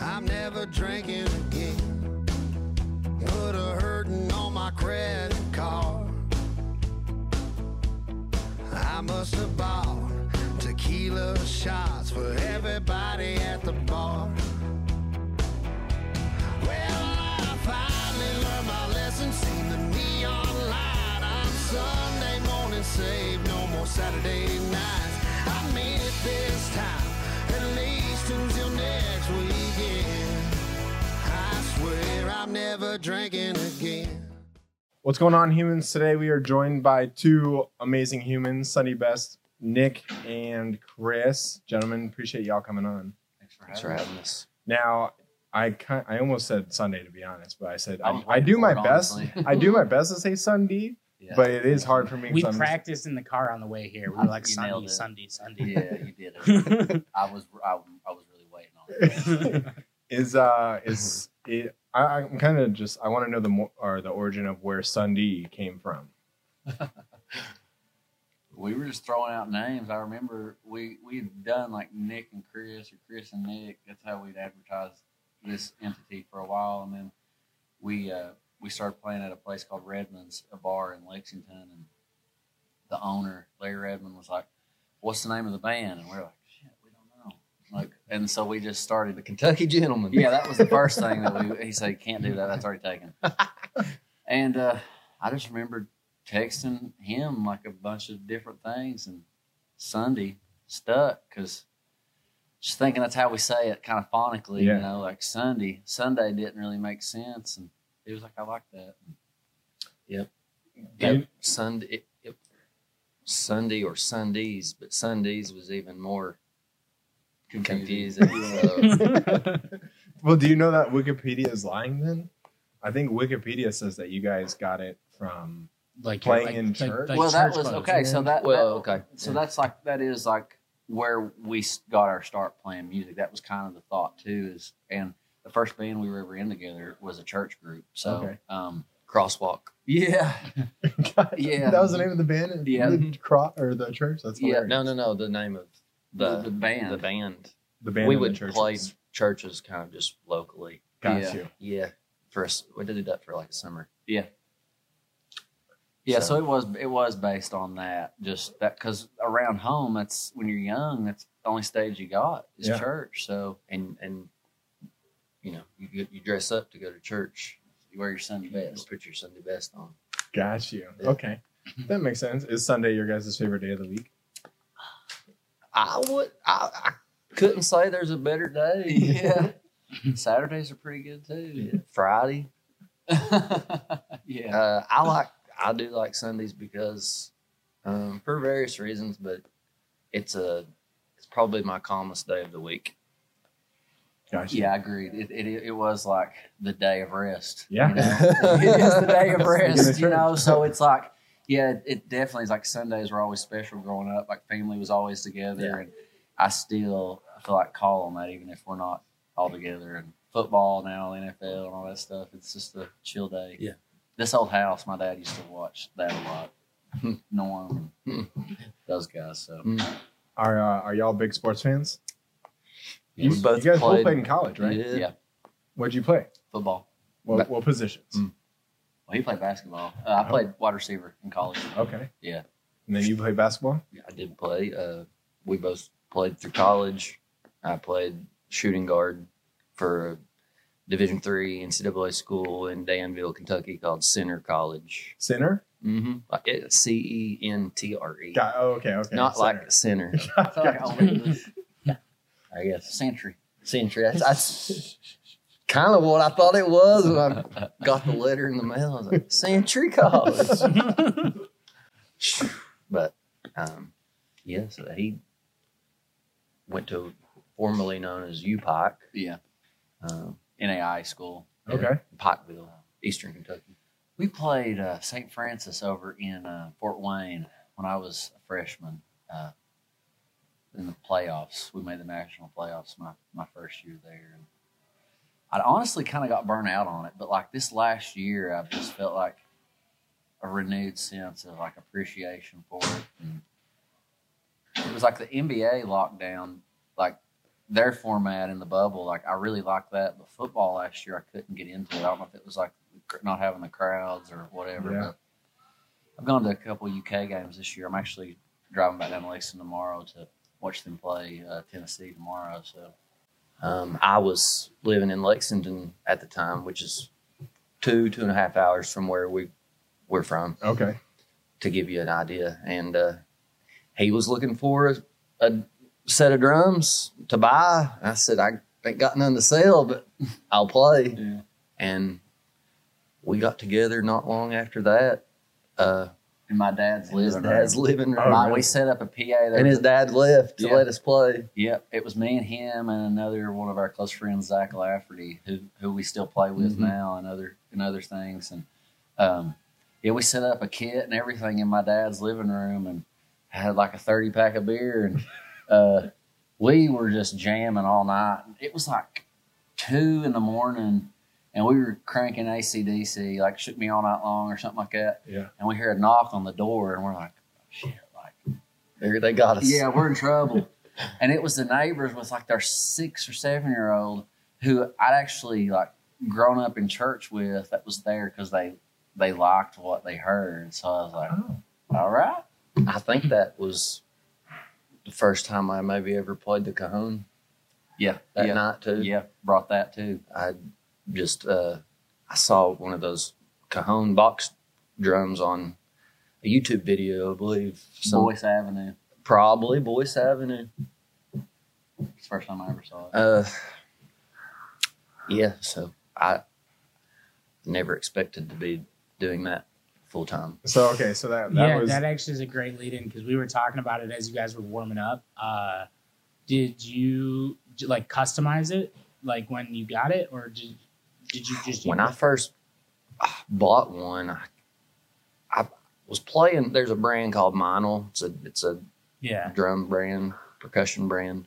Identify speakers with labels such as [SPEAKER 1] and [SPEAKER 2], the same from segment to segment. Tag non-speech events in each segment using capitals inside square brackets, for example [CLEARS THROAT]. [SPEAKER 1] I'm never drinking again. Put a hurting on my credit card. I must have bought tequila shots for everybody at the bar. Well, I finally learned my lesson. Seen the neon light on Sunday morning. Save no more Saturday nights. I made it this time, at least until next weekend. I swear I'm never drinking again.
[SPEAKER 2] What's going on, humans? Today we are joined by two amazing humans, Sunny Best, Nick, and Chris. Gentlemen, appreciate y'all coming on.
[SPEAKER 3] Thanks for having us.
[SPEAKER 2] Now, I kind, I almost said Sunday to be honest, but I said
[SPEAKER 3] I
[SPEAKER 2] I,
[SPEAKER 3] was
[SPEAKER 2] I do
[SPEAKER 3] waiting
[SPEAKER 2] my
[SPEAKER 3] for it,
[SPEAKER 2] best.
[SPEAKER 3] honestly.
[SPEAKER 2] I do my best to say Sunday,
[SPEAKER 3] Yeah.
[SPEAKER 2] but it is hard for me. 'cause
[SPEAKER 4] We
[SPEAKER 2] I'm-
[SPEAKER 4] practiced in the car on the way here. We were
[SPEAKER 3] Ah, You
[SPEAKER 4] like Sunday,
[SPEAKER 3] nailed it.
[SPEAKER 4] Sunday,
[SPEAKER 3] [LAUGHS]
[SPEAKER 4] Sunday. [LAUGHS]
[SPEAKER 3] yeah, you did it. I was I, I was really waiting on it.
[SPEAKER 2] is uh
[SPEAKER 3] [LAUGHS]
[SPEAKER 2] is it, I, I'm kind of just I want to know the mo- or the origin of where Sunday came from.
[SPEAKER 3] We were just throwing out names. I remember we we had done like Nick and Chris or Chris and Nick. That's how we'd advertised this entity for a while, and then we uh, we started playing at a place called Redmond's, a bar in Lexington, and the owner Larry Redmond was like, "What's the name of the band?" And we are like, "Shit, we don't know." Like, and so we just started
[SPEAKER 5] The Kentucky gentleman.
[SPEAKER 3] Yeah, that was the first thing that we. He said, "You "Can't do that. That's already taken." And uh, I just remembered texting him like a bunch of different things, and Sunday stuck because just thinking that's how we say it, kind of phonically,
[SPEAKER 2] Yeah.
[SPEAKER 3] you know, like Sunday. Sunday didn't really make sense, and it was like I like that.
[SPEAKER 5] Yep. Sunday. It, it- Sunday or Sundays, but Sundays was even more confusing.
[SPEAKER 3] [LAUGHS]
[SPEAKER 5] so,
[SPEAKER 2] Well, do you know that Wikipedia is lying? Then I think Wikipedia says that you guys got it from
[SPEAKER 4] Like
[SPEAKER 2] Playing in church?
[SPEAKER 3] well, that
[SPEAKER 4] church
[SPEAKER 3] was
[SPEAKER 4] clothes.
[SPEAKER 3] okay. So that
[SPEAKER 5] well,
[SPEAKER 3] that-
[SPEAKER 5] okay.
[SPEAKER 3] So that's like that is like where we s- got our start playing music. That was kind of the thought too. Is and the first band we were ever in together was a church group. So
[SPEAKER 2] Okay.
[SPEAKER 3] um,
[SPEAKER 5] crosswalk.
[SPEAKER 3] yeah,
[SPEAKER 2] [LAUGHS]
[SPEAKER 3] Yeah.
[SPEAKER 2] that was the name of the band.
[SPEAKER 3] Yeah.
[SPEAKER 2] the cro- or the church. That's
[SPEAKER 3] Yeah,
[SPEAKER 2] hilarious.
[SPEAKER 5] No, no, no. The name of
[SPEAKER 3] the, the
[SPEAKER 5] the
[SPEAKER 3] band.
[SPEAKER 5] the band.
[SPEAKER 2] the band.
[SPEAKER 5] we
[SPEAKER 2] and the
[SPEAKER 5] would
[SPEAKER 2] churches.
[SPEAKER 5] play churches kind of just locally.
[SPEAKER 2] Got
[SPEAKER 3] Yeah.
[SPEAKER 2] you.
[SPEAKER 5] Yeah, for us, we did that for like a summer.
[SPEAKER 3] Yeah, so.
[SPEAKER 5] So-
[SPEAKER 3] it was it was based on that. Just that because around home, that's when you're young. That's the only stage you got is
[SPEAKER 2] Yeah.
[SPEAKER 3] church. So
[SPEAKER 5] and and you know you get- you dress up to go to church.
[SPEAKER 3] you wear your Sunday
[SPEAKER 5] Best.
[SPEAKER 3] best.
[SPEAKER 5] Put your Sunday best on.
[SPEAKER 2] Got you.
[SPEAKER 5] Yeah.
[SPEAKER 2] Okay, that makes sense. Is Sunday your guys' favorite day of the week?
[SPEAKER 5] I would. I, I couldn't say there's a better day. [LAUGHS]
[SPEAKER 3] Yeah, Saturdays are pretty good too.
[SPEAKER 5] Friday.
[SPEAKER 3] [LAUGHS] yeah.
[SPEAKER 5] Uh, I like. I do like Sundays because, um, for various reasons, but it's a. It's probably my calmest day of the week.
[SPEAKER 2] Got you.
[SPEAKER 3] Yeah, I agree. It, it it was like the day of rest.
[SPEAKER 2] Yeah. [LAUGHS]
[SPEAKER 3] you know? it is the day of
[SPEAKER 2] Speaking of
[SPEAKER 3] rest, you
[SPEAKER 2] church.
[SPEAKER 3] know. So it's like, yeah, it definitely is like Sundays were always special growing up. Like family was always together,
[SPEAKER 5] Yeah.
[SPEAKER 3] and I still feel like call on that even if we're not all together. And football now, NFL, and all that stuff. It's just a chill day.
[SPEAKER 5] Yeah.
[SPEAKER 3] This old house, my dad used to watch that a lot. [LAUGHS] Norm, and those guys. So
[SPEAKER 2] Are uh, are y'all big sports fans?
[SPEAKER 5] Yeah, we
[SPEAKER 2] you,
[SPEAKER 5] both
[SPEAKER 2] you guys both
[SPEAKER 5] played-
[SPEAKER 2] played in college, right?
[SPEAKER 5] Yeah.
[SPEAKER 3] yeah,
[SPEAKER 2] What'd you play?
[SPEAKER 3] football.
[SPEAKER 2] What,
[SPEAKER 5] Ba-
[SPEAKER 2] what positions?
[SPEAKER 5] Mm.
[SPEAKER 3] Well, he played basketball. Uh, I played wide receiver in college.
[SPEAKER 2] Okay.
[SPEAKER 3] Yeah.
[SPEAKER 2] And then you play basketball.
[SPEAKER 5] I did play. Uh, we both played through college. I played shooting guard for a Division three NCAA school in Danville, Kentucky, called Center College.
[SPEAKER 2] Center.
[SPEAKER 5] Mm-hmm. C E N T R E.
[SPEAKER 2] Got. Oh, okay. Okay.
[SPEAKER 5] Not
[SPEAKER 2] center. [LAUGHS]
[SPEAKER 5] like center.
[SPEAKER 3] I feel like I only
[SPEAKER 5] I guess
[SPEAKER 3] Sentry.
[SPEAKER 5] century. That's, [LAUGHS] that's kind of what I thought it was when I got the letter in the mail. I was like, century college.
[SPEAKER 4] [LAUGHS]
[SPEAKER 5] but um, yeah, so he went to formerly known as UPike,
[SPEAKER 3] Yeah,
[SPEAKER 5] uh,
[SPEAKER 3] NAI school.
[SPEAKER 2] [LAUGHS] okay.
[SPEAKER 5] Pikeville, Eastern Kentucky.
[SPEAKER 3] We played uh, St. Francis over in uh, Fort Wayne when I was a freshman uh, in the playoffs. We made the national playoffs my, my first year there. And I honestly kind of got burnt out on it, but like this last year, I've just felt like a renewed sense of like appreciation for it. And it was like the NBA lockdown, like their format in the bubble, like I really liked that. But football last year, I couldn't get into it. I don't know if it was like not having the crowds or whatever.
[SPEAKER 6] Yeah.
[SPEAKER 3] But I've gone to a couple UK games this year. I'm actually driving back down to Lexington tomorrow to watch them play uh, Tennessee tomorrow. So
[SPEAKER 5] Um, I was living in Lexington at the time, which is two two and a half hours from where we we're from,
[SPEAKER 6] Okay.
[SPEAKER 5] to give you an idea. And uh, he was looking for a, a set of drums to buy. I said I ain't got none to sell, but [LAUGHS] I'll play.
[SPEAKER 3] yeah,
[SPEAKER 5] And we got together not long after that. Uh,
[SPEAKER 3] and my dad's
[SPEAKER 5] his
[SPEAKER 3] living
[SPEAKER 5] dad's
[SPEAKER 3] room.
[SPEAKER 5] living room,
[SPEAKER 6] Oh,
[SPEAKER 3] My-
[SPEAKER 6] really?
[SPEAKER 3] We set up a PA there.
[SPEAKER 5] and his dad left to
[SPEAKER 3] Yeah.
[SPEAKER 5] let us play.
[SPEAKER 3] Yep, it was me and him and another one of our close friends, Zach Lafferty, who who we still play with
[SPEAKER 6] Mm-hmm.
[SPEAKER 5] Mhm.
[SPEAKER 3] now and other and other things. And um, yeah, we set up a kit and everything in my dad's living room, and I had like a thirty pack of beer,
[SPEAKER 6] [LAUGHS]
[SPEAKER 3] and uh, we were just jamming all night. It was like two in the morning, and we were cranking ACDC, like shook me all night long or something like that.
[SPEAKER 6] Yeah.
[SPEAKER 3] And we hear a knock on the door, and we're like, "Oh, shit, like.
[SPEAKER 5] There they got us.
[SPEAKER 3] Yeah, we're in trouble. and it was the neighbors with like their six or seven year old who I'd actually like grown up in church with that was there because they they liked what they heard. So I was like,
[SPEAKER 6] Oh.
[SPEAKER 3] all right. [CLEARS THROAT]
[SPEAKER 5] I think that was the first time I maybe ever played the cajon
[SPEAKER 3] Yeah.
[SPEAKER 5] that
[SPEAKER 3] yeah.
[SPEAKER 5] night too.
[SPEAKER 3] Yeah. Brought that too.
[SPEAKER 5] I just uh, I saw one of those cajon box drums on a YouTube video, I believe. Some,
[SPEAKER 3] Voice Avenue.
[SPEAKER 5] Probably Boyce Avenue.
[SPEAKER 3] It's the first time I ever saw it.
[SPEAKER 5] Uh, yeah, so I never expected to be doing that full time.
[SPEAKER 6] So okay, so [LAUGHS] that that
[SPEAKER 4] yeah,
[SPEAKER 6] was
[SPEAKER 4] that actually is a great lead in because we were talking about it as you guys were warming up. Uh, did you j- like customize it like when you got it, or did did you just
[SPEAKER 5] when I first ah, bought one, I, I was playing. There's a brand called Meinl. It's a it's a
[SPEAKER 4] yeah
[SPEAKER 5] drum brand, percussion brand,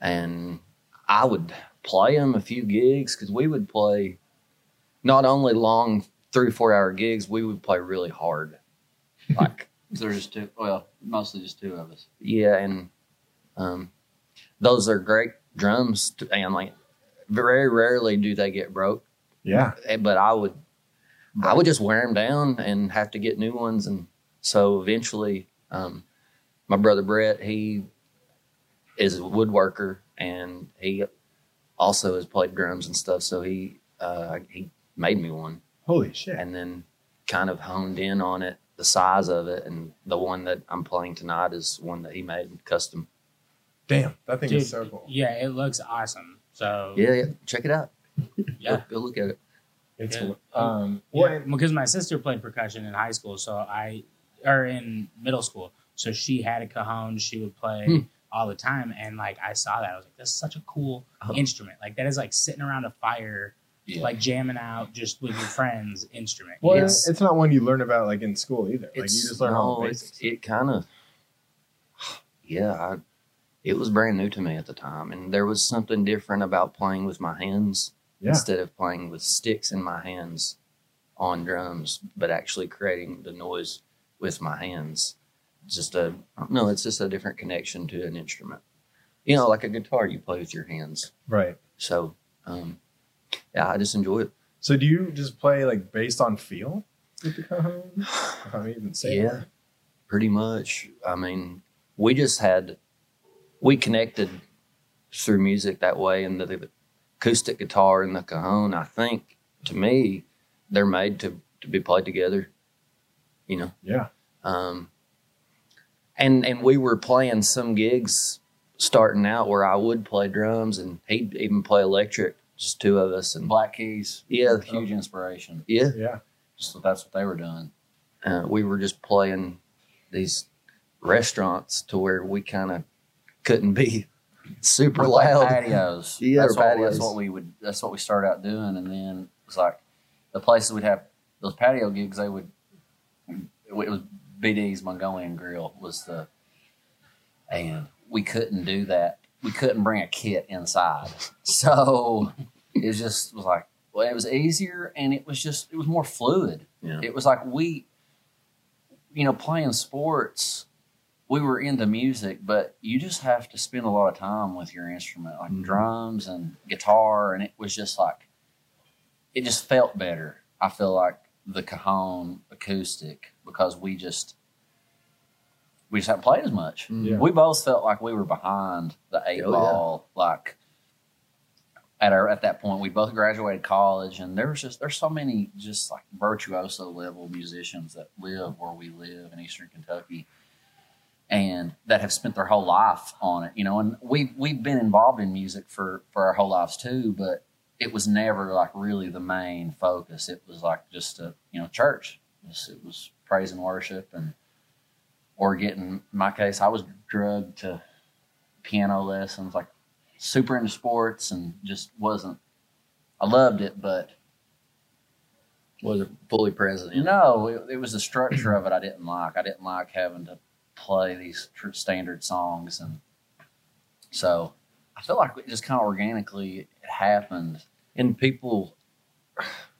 [SPEAKER 5] and I would play them a few gigs because we would play not only long three four hour gigs, we would play really hard. Like
[SPEAKER 3] There's just two, well, mostly just two of us.
[SPEAKER 5] yeah, and um, those are great drums, to, and like very rarely do they get broke.
[SPEAKER 6] yeah.
[SPEAKER 5] Eh, but I would, I would just wear them down and have to get new ones. And so eventually, um, my brother Brett, he is a woodworker and he also has played drums and stuff. So he, uh, he made me one
[SPEAKER 6] Holy shit.
[SPEAKER 5] and then kind of honed in on it, the size of it. And the one that I'm playing tonight is one that he made custom.
[SPEAKER 6] Damn, that thing
[SPEAKER 4] Dude,
[SPEAKER 6] is so cool.
[SPEAKER 4] yeah it looks awesome. So
[SPEAKER 5] Yeah. yeah check it out.
[SPEAKER 4] yeah.
[SPEAKER 5] Go, go look at it.
[SPEAKER 6] It's
[SPEAKER 4] yeah.
[SPEAKER 6] cool. Um
[SPEAKER 4] Yeah,
[SPEAKER 6] well,
[SPEAKER 4] because my sister played percussion in high school, so I or in middle school, so she had a cajon. She would play
[SPEAKER 5] Hmm.
[SPEAKER 4] all the time, and like I saw that, I was like, "That's such a cool
[SPEAKER 5] Oh.
[SPEAKER 4] instrument! Like that is like sitting around a fire,
[SPEAKER 3] Yeah.
[SPEAKER 4] like jamming out just with your friends' instrument."
[SPEAKER 6] well
[SPEAKER 5] it's-
[SPEAKER 6] it's, not one you learn about like in school either. Like you
[SPEAKER 5] It's-
[SPEAKER 6] just learn all
[SPEAKER 5] no,
[SPEAKER 6] the
[SPEAKER 5] it's-
[SPEAKER 6] basics.
[SPEAKER 5] It kind of, [SIGHS] yeah, I, it was brand new to me at the time, and there was something different about playing with my hands
[SPEAKER 6] Yeah.
[SPEAKER 5] instead of playing with sticks in my hands on drums, but actually creating the noise with my hands. It's Just a no, it's just a different connection to an instrument. You know, like a guitar, you play with your hands.
[SPEAKER 6] Right.
[SPEAKER 5] So, um, yeah, I just enjoy it.
[SPEAKER 6] So do you just play like based on feel with the cajon?
[SPEAKER 5] [SIGHS]
[SPEAKER 6] If I'm even saying
[SPEAKER 5] Yeah, pretty much. I mean, we just had we connected through music that way, and the, the acoustic guitar and the cajon. I think to me, they're made to to be played together. You know,
[SPEAKER 6] Yeah.
[SPEAKER 5] um, and and we were playing some gigs starting out where I would play drums and he'd even play electric, just two of us, and
[SPEAKER 3] Black Keys.
[SPEAKER 5] Yeah.
[SPEAKER 3] Huge inspiration.
[SPEAKER 5] yeah,
[SPEAKER 6] Yeah.
[SPEAKER 3] So that's what they were doing.
[SPEAKER 5] uh, we were just playing these restaurants to where we kind of couldn't be [LAUGHS] super
[SPEAKER 3] We played
[SPEAKER 5] loud.
[SPEAKER 3] patios.
[SPEAKER 5] [LAUGHS] Yeah,
[SPEAKER 3] that's, what,
[SPEAKER 5] patios.
[SPEAKER 3] that's what we would. That's what we started out doing, and then it's like the places we'd have those patio gigs. They would. It was BD's Mongolian Grill was the, and we couldn't do that. We couldn't bring a kit inside, so it just was like. Well, it was easier, and it was just it was more fluid.
[SPEAKER 5] Yeah.
[SPEAKER 3] It was like we, you know, playing sports we were into music, but you just have to spend a lot of time with your instrument, like
[SPEAKER 5] Mhm.
[SPEAKER 3] drums and guitar, and it was just like it just felt better. I feel like the Cajon acoustic because we just we just haven't played as much.
[SPEAKER 6] Yeah.
[SPEAKER 3] We both felt like we were behind the eight
[SPEAKER 5] Oh, yeah.
[SPEAKER 3] ball. Like at our at that point, we both graduated college, and there was just there's so many just like virtuoso level musicians that live where we live in Eastern Kentucky, and that have spent their whole life on it. You know, and we we've been involved in music for for our whole lives too, but it was never like really the main focus. It was like just a you know church. Just, it was praise and worship and or getting in my case I was drugged to piano lessons like super into sports and just wasn't I loved it but
[SPEAKER 5] Wasn't fully present. in it.
[SPEAKER 3] no it, it was the structure of it I didn't like I didn't like having to play these tr- standard songs and so I feel like it just kind of organically it happened
[SPEAKER 5] and people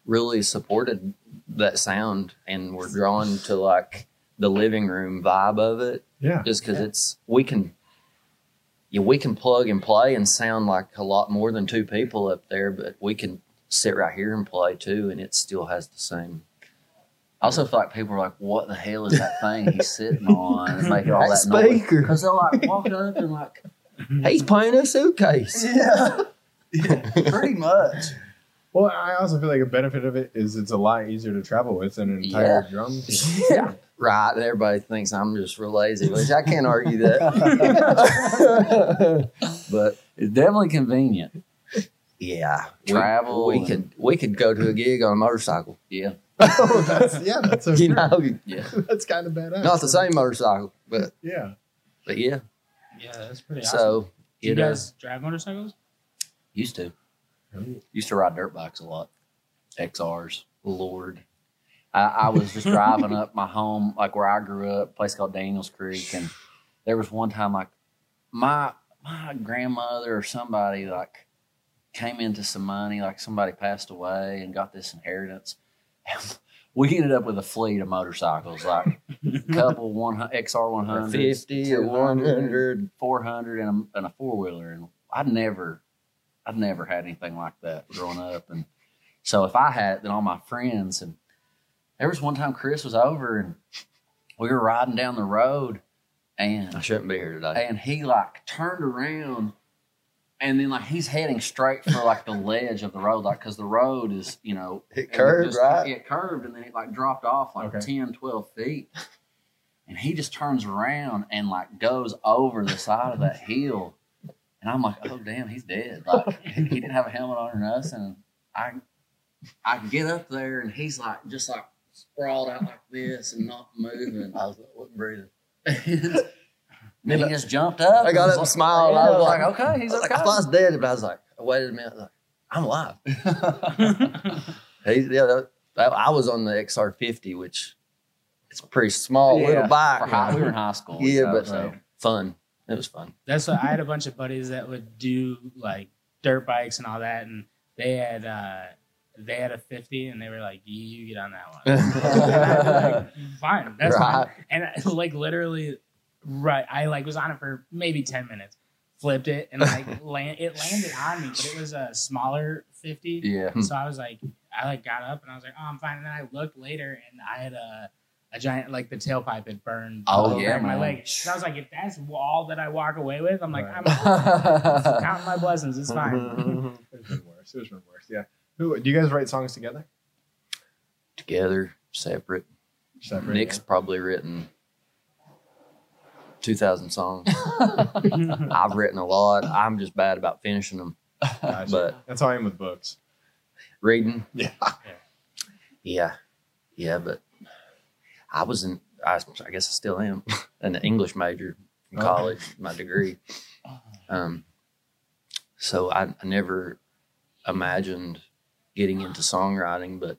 [SPEAKER 5] really supported that sound and were drawn to like the living room vibe of it
[SPEAKER 6] Yeah.
[SPEAKER 5] just because
[SPEAKER 4] Yeah.
[SPEAKER 5] it's we can yeah we can plug and play and sound like a lot more than two people up there but we can sit right here and play too and it still has the same
[SPEAKER 3] I also feel like people are like, "What the hell is that thing he's sitting on?" and making
[SPEAKER 5] [LAUGHS]
[SPEAKER 3] all that noise because they're like walking up and like,
[SPEAKER 5] he's playing a suitcase
[SPEAKER 3] yeah, pretty much.
[SPEAKER 6] Well, I also feel like a benefit of it is it's a lot easier to travel with than an entire
[SPEAKER 5] [LAUGHS]
[SPEAKER 6] drum. [LAUGHS] kit.
[SPEAKER 5] yeah right and everybody thinks i'm just real lazy which i can't argue that but
[SPEAKER 3] It's definitely convenient.
[SPEAKER 5] yeah we-
[SPEAKER 3] Travel
[SPEAKER 5] we,
[SPEAKER 3] and-
[SPEAKER 5] could we could go to a gig on a motorcycle
[SPEAKER 3] Yeah,
[SPEAKER 6] oh, that's yeah, that's a,
[SPEAKER 5] you
[SPEAKER 6] [LAUGHS]
[SPEAKER 5] know
[SPEAKER 3] yeah.
[SPEAKER 6] that's kind of badass.
[SPEAKER 5] not the same motorcycle but [LAUGHS]
[SPEAKER 6] Yeah.
[SPEAKER 5] but yeah
[SPEAKER 4] Yeah, that's pretty awesome.
[SPEAKER 5] so
[SPEAKER 4] Do you
[SPEAKER 5] it, uh,
[SPEAKER 4] guys drive motorcycles?
[SPEAKER 3] Used to. Used to ride dirt bikes a lot. XRs. Lord. I, I was just driving up my home, like where I grew up, a place called Daniels Creek, and there was one time like my my grandmother or somebody like came into some money, like somebody passed away and got this inheritance. [LAUGHS] we ended up with a fleet of motorcycles, like a couple one XR one
[SPEAKER 5] or
[SPEAKER 3] hundred,
[SPEAKER 5] 50 or 100
[SPEAKER 3] four hundred and a, and a four wheeler, and I never, I never had anything like that growing up. And so if I had, then all my friends and there was one time Chris was over and we were riding down the road,
[SPEAKER 5] I
[SPEAKER 3] and
[SPEAKER 5] shouldn't be here today.
[SPEAKER 3] and he like turned around, and then like he's heading straight for like the ledge of the road, like because the road is you know
[SPEAKER 5] It
[SPEAKER 3] and just- It curved and then it like dropped off like
[SPEAKER 6] Okay.
[SPEAKER 3] 10, 12 feet. And he just turns around and like goes over the side of that hill. And I'm like, oh damn, he's dead. Like he he didn't have a helmet on or nothing. I I get up there and he's like just like sprawled out like this and not moving.
[SPEAKER 5] I was like, breathing.
[SPEAKER 3] [LAUGHS] and then he just jumped up.
[SPEAKER 5] I got
[SPEAKER 3] was
[SPEAKER 5] up and
[SPEAKER 3] like-
[SPEAKER 5] smiled.
[SPEAKER 3] Yeah,
[SPEAKER 5] I was like,
[SPEAKER 3] okay, he's "Oh."
[SPEAKER 5] I was like,
[SPEAKER 3] okay.
[SPEAKER 5] I thought I was dead, but I was like, wait a minute, like,
[SPEAKER 3] [LAUGHS]
[SPEAKER 5] I'm alive. [LAUGHS] He, yeah, that, that- I was on the XR50, which it's a pretty small
[SPEAKER 3] Yeah,
[SPEAKER 5] little bike.
[SPEAKER 3] For high- we were in high school. you
[SPEAKER 5] yeah,
[SPEAKER 3] know,
[SPEAKER 5] but
[SPEAKER 3] so.
[SPEAKER 5] fun. It
[SPEAKER 3] [LAUGHS]
[SPEAKER 5] was fun. [LAUGHS]
[SPEAKER 4] That's what I had a bunch of buddies that would do like dirt bikes and all that, and they had uh they had a fifty, and they were like, "You, you get on that one." And I'd be [LAUGHS] like, fine, that's
[SPEAKER 5] Right.
[SPEAKER 4] fine. And [LAUGHS] I, like literally, right? I like was on it for maybe ten minutes, flipped it,
[SPEAKER 3] [LAUGHS]
[SPEAKER 4] and like land it landed on me, but it was a smaller fifty.
[SPEAKER 3] yeah. Hmm.
[SPEAKER 4] So I was like, I like got up and I was like, oh, I'm fine. And then I looked later and I had a, a giant, like the tailpipe had burned
[SPEAKER 3] Oh,
[SPEAKER 4] over
[SPEAKER 3] yeah,
[SPEAKER 4] my
[SPEAKER 3] man.
[SPEAKER 4] leg. And I was like, if that's all that I walk away with, I'm like,
[SPEAKER 6] Right.
[SPEAKER 3] [LAUGHS]
[SPEAKER 4] I'm counting my blessings. It's fine.
[SPEAKER 5] Mm-hmm.
[SPEAKER 6] It's been worse. It's been worse. Yeah. Who do you guys write songs together?
[SPEAKER 5] Together, separate.
[SPEAKER 6] Separate.
[SPEAKER 5] Nick's probably written 2,000 songs. I've written a lot. I'm just bad about finishing them,
[SPEAKER 6] yeah. Gotcha.
[SPEAKER 5] but
[SPEAKER 6] that's how I am with books.
[SPEAKER 5] reading.
[SPEAKER 6] Yeah.
[SPEAKER 5] Yeah. Yeah, but I was in I, I guess I still am [LAUGHS] an English major from
[SPEAKER 6] Okay.
[SPEAKER 5] college, my degree. Um so I, I never imagined getting into songwriting, but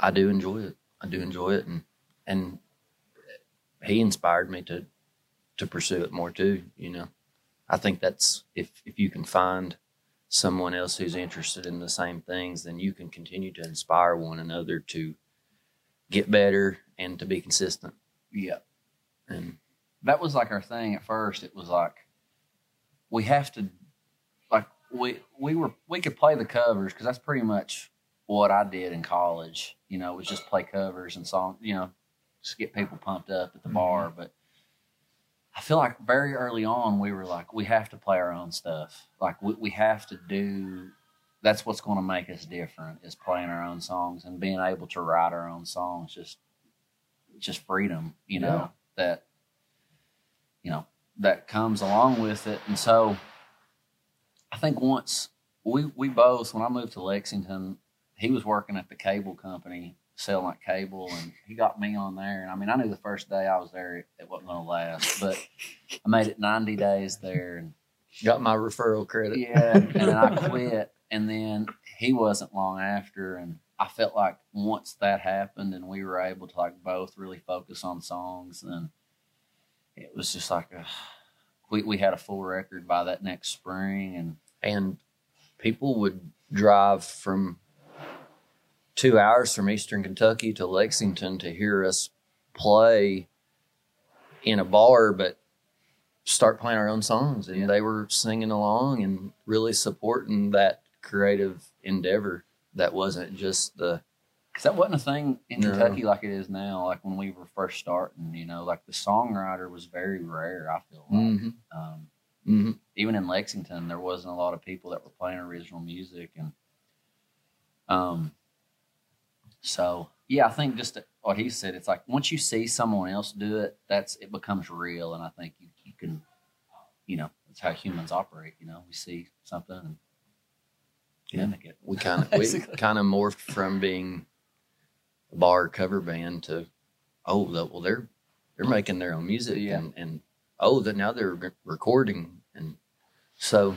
[SPEAKER 5] I do enjoy it. I do enjoy it and and he inspired me to to pursue it more too, you know. I think that's if if you can find someone else who's interested in the same things, then you can continue to inspire one another to get better and to be consistent.
[SPEAKER 3] Yeah.
[SPEAKER 5] And
[SPEAKER 3] that was like our thing at first. It was like we have to like we we were we could play the covers because that's pretty much what I did in college. You know, was just play covers and song. You know, just get people pumped up at the bar. But I feel like very early on we were like we have to play our own stuff. Like we we have to do. That's what's going to make us different is playing our own songs and being able to write our own songs. Just just freedom, you know
[SPEAKER 6] Yeah.
[SPEAKER 3] that you know that comes along with it and so i think once we we both when i moved to lexington he was working at the cable company selling like cable and he got me on there and i mean i knew the first day i was there it, it wasn't going to last but i made it 90 days there and
[SPEAKER 5] got my referral credit.
[SPEAKER 3] yeah, [LAUGHS] and then I quit, and then he wasn't long after, and I felt like once that happened, and we were able to like both really focus on songs, and it was just like a, we we had a full record by that next spring, and
[SPEAKER 5] And people would drive from two hours from Eastern Kentucky to Lexington to hear us play in a bar, but start playing our own songs. And
[SPEAKER 3] Yeah.
[SPEAKER 5] they were singing along and really supporting that creative endeavor that wasn't just the
[SPEAKER 3] because that wasn't a thing in
[SPEAKER 5] No.
[SPEAKER 3] Kentucky like it is now. Like when we were first starting, you know, like the songwriter was very rare. I feel like.
[SPEAKER 5] Mhm,
[SPEAKER 3] Um,
[SPEAKER 5] mhm.
[SPEAKER 3] even in Lexington, there wasn't a lot of people that were playing original music, and um, so yeah, I think just what he said, it's like once you see someone else do it, that's it becomes real, and I think you, you can, you know, that's how humans operate. You know, we see something and
[SPEAKER 5] Yeah.
[SPEAKER 3] mimic it. [LAUGHS]
[SPEAKER 5] we kind of we
[SPEAKER 3] Basically.
[SPEAKER 5] kind of morphed from being a bar cover band to oh the- well they're
[SPEAKER 3] Hmm.
[SPEAKER 5] they're making their own music
[SPEAKER 3] Yeah.
[SPEAKER 5] and, and oh that now they're re- recording and so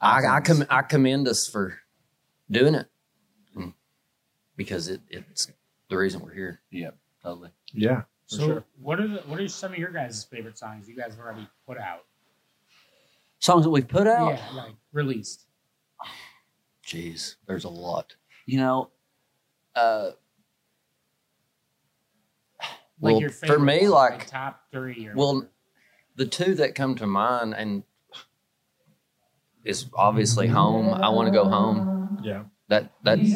[SPEAKER 5] I I, com- I commend us for doing it Mm. because it, it's the reason we're here.
[SPEAKER 3] Yep, totally.
[SPEAKER 6] Yeah. For
[SPEAKER 4] [LAUGHS] So,
[SPEAKER 6] sure.
[SPEAKER 4] what are the, what are some of your guys' favorite songs you guys have already put out?
[SPEAKER 3] Songs that we've put out,
[SPEAKER 4] Yeah, like released.
[SPEAKER 5] Jeez, there's a lot.
[SPEAKER 3] you know, uh,
[SPEAKER 4] Like
[SPEAKER 5] well,
[SPEAKER 4] your favorite
[SPEAKER 5] for me,
[SPEAKER 4] ones,
[SPEAKER 5] like
[SPEAKER 4] top three or
[SPEAKER 5] well,
[SPEAKER 4] whatever.
[SPEAKER 5] the two that come to mind and is obviously home. I want to go home.
[SPEAKER 6] Yeah.
[SPEAKER 5] That that he's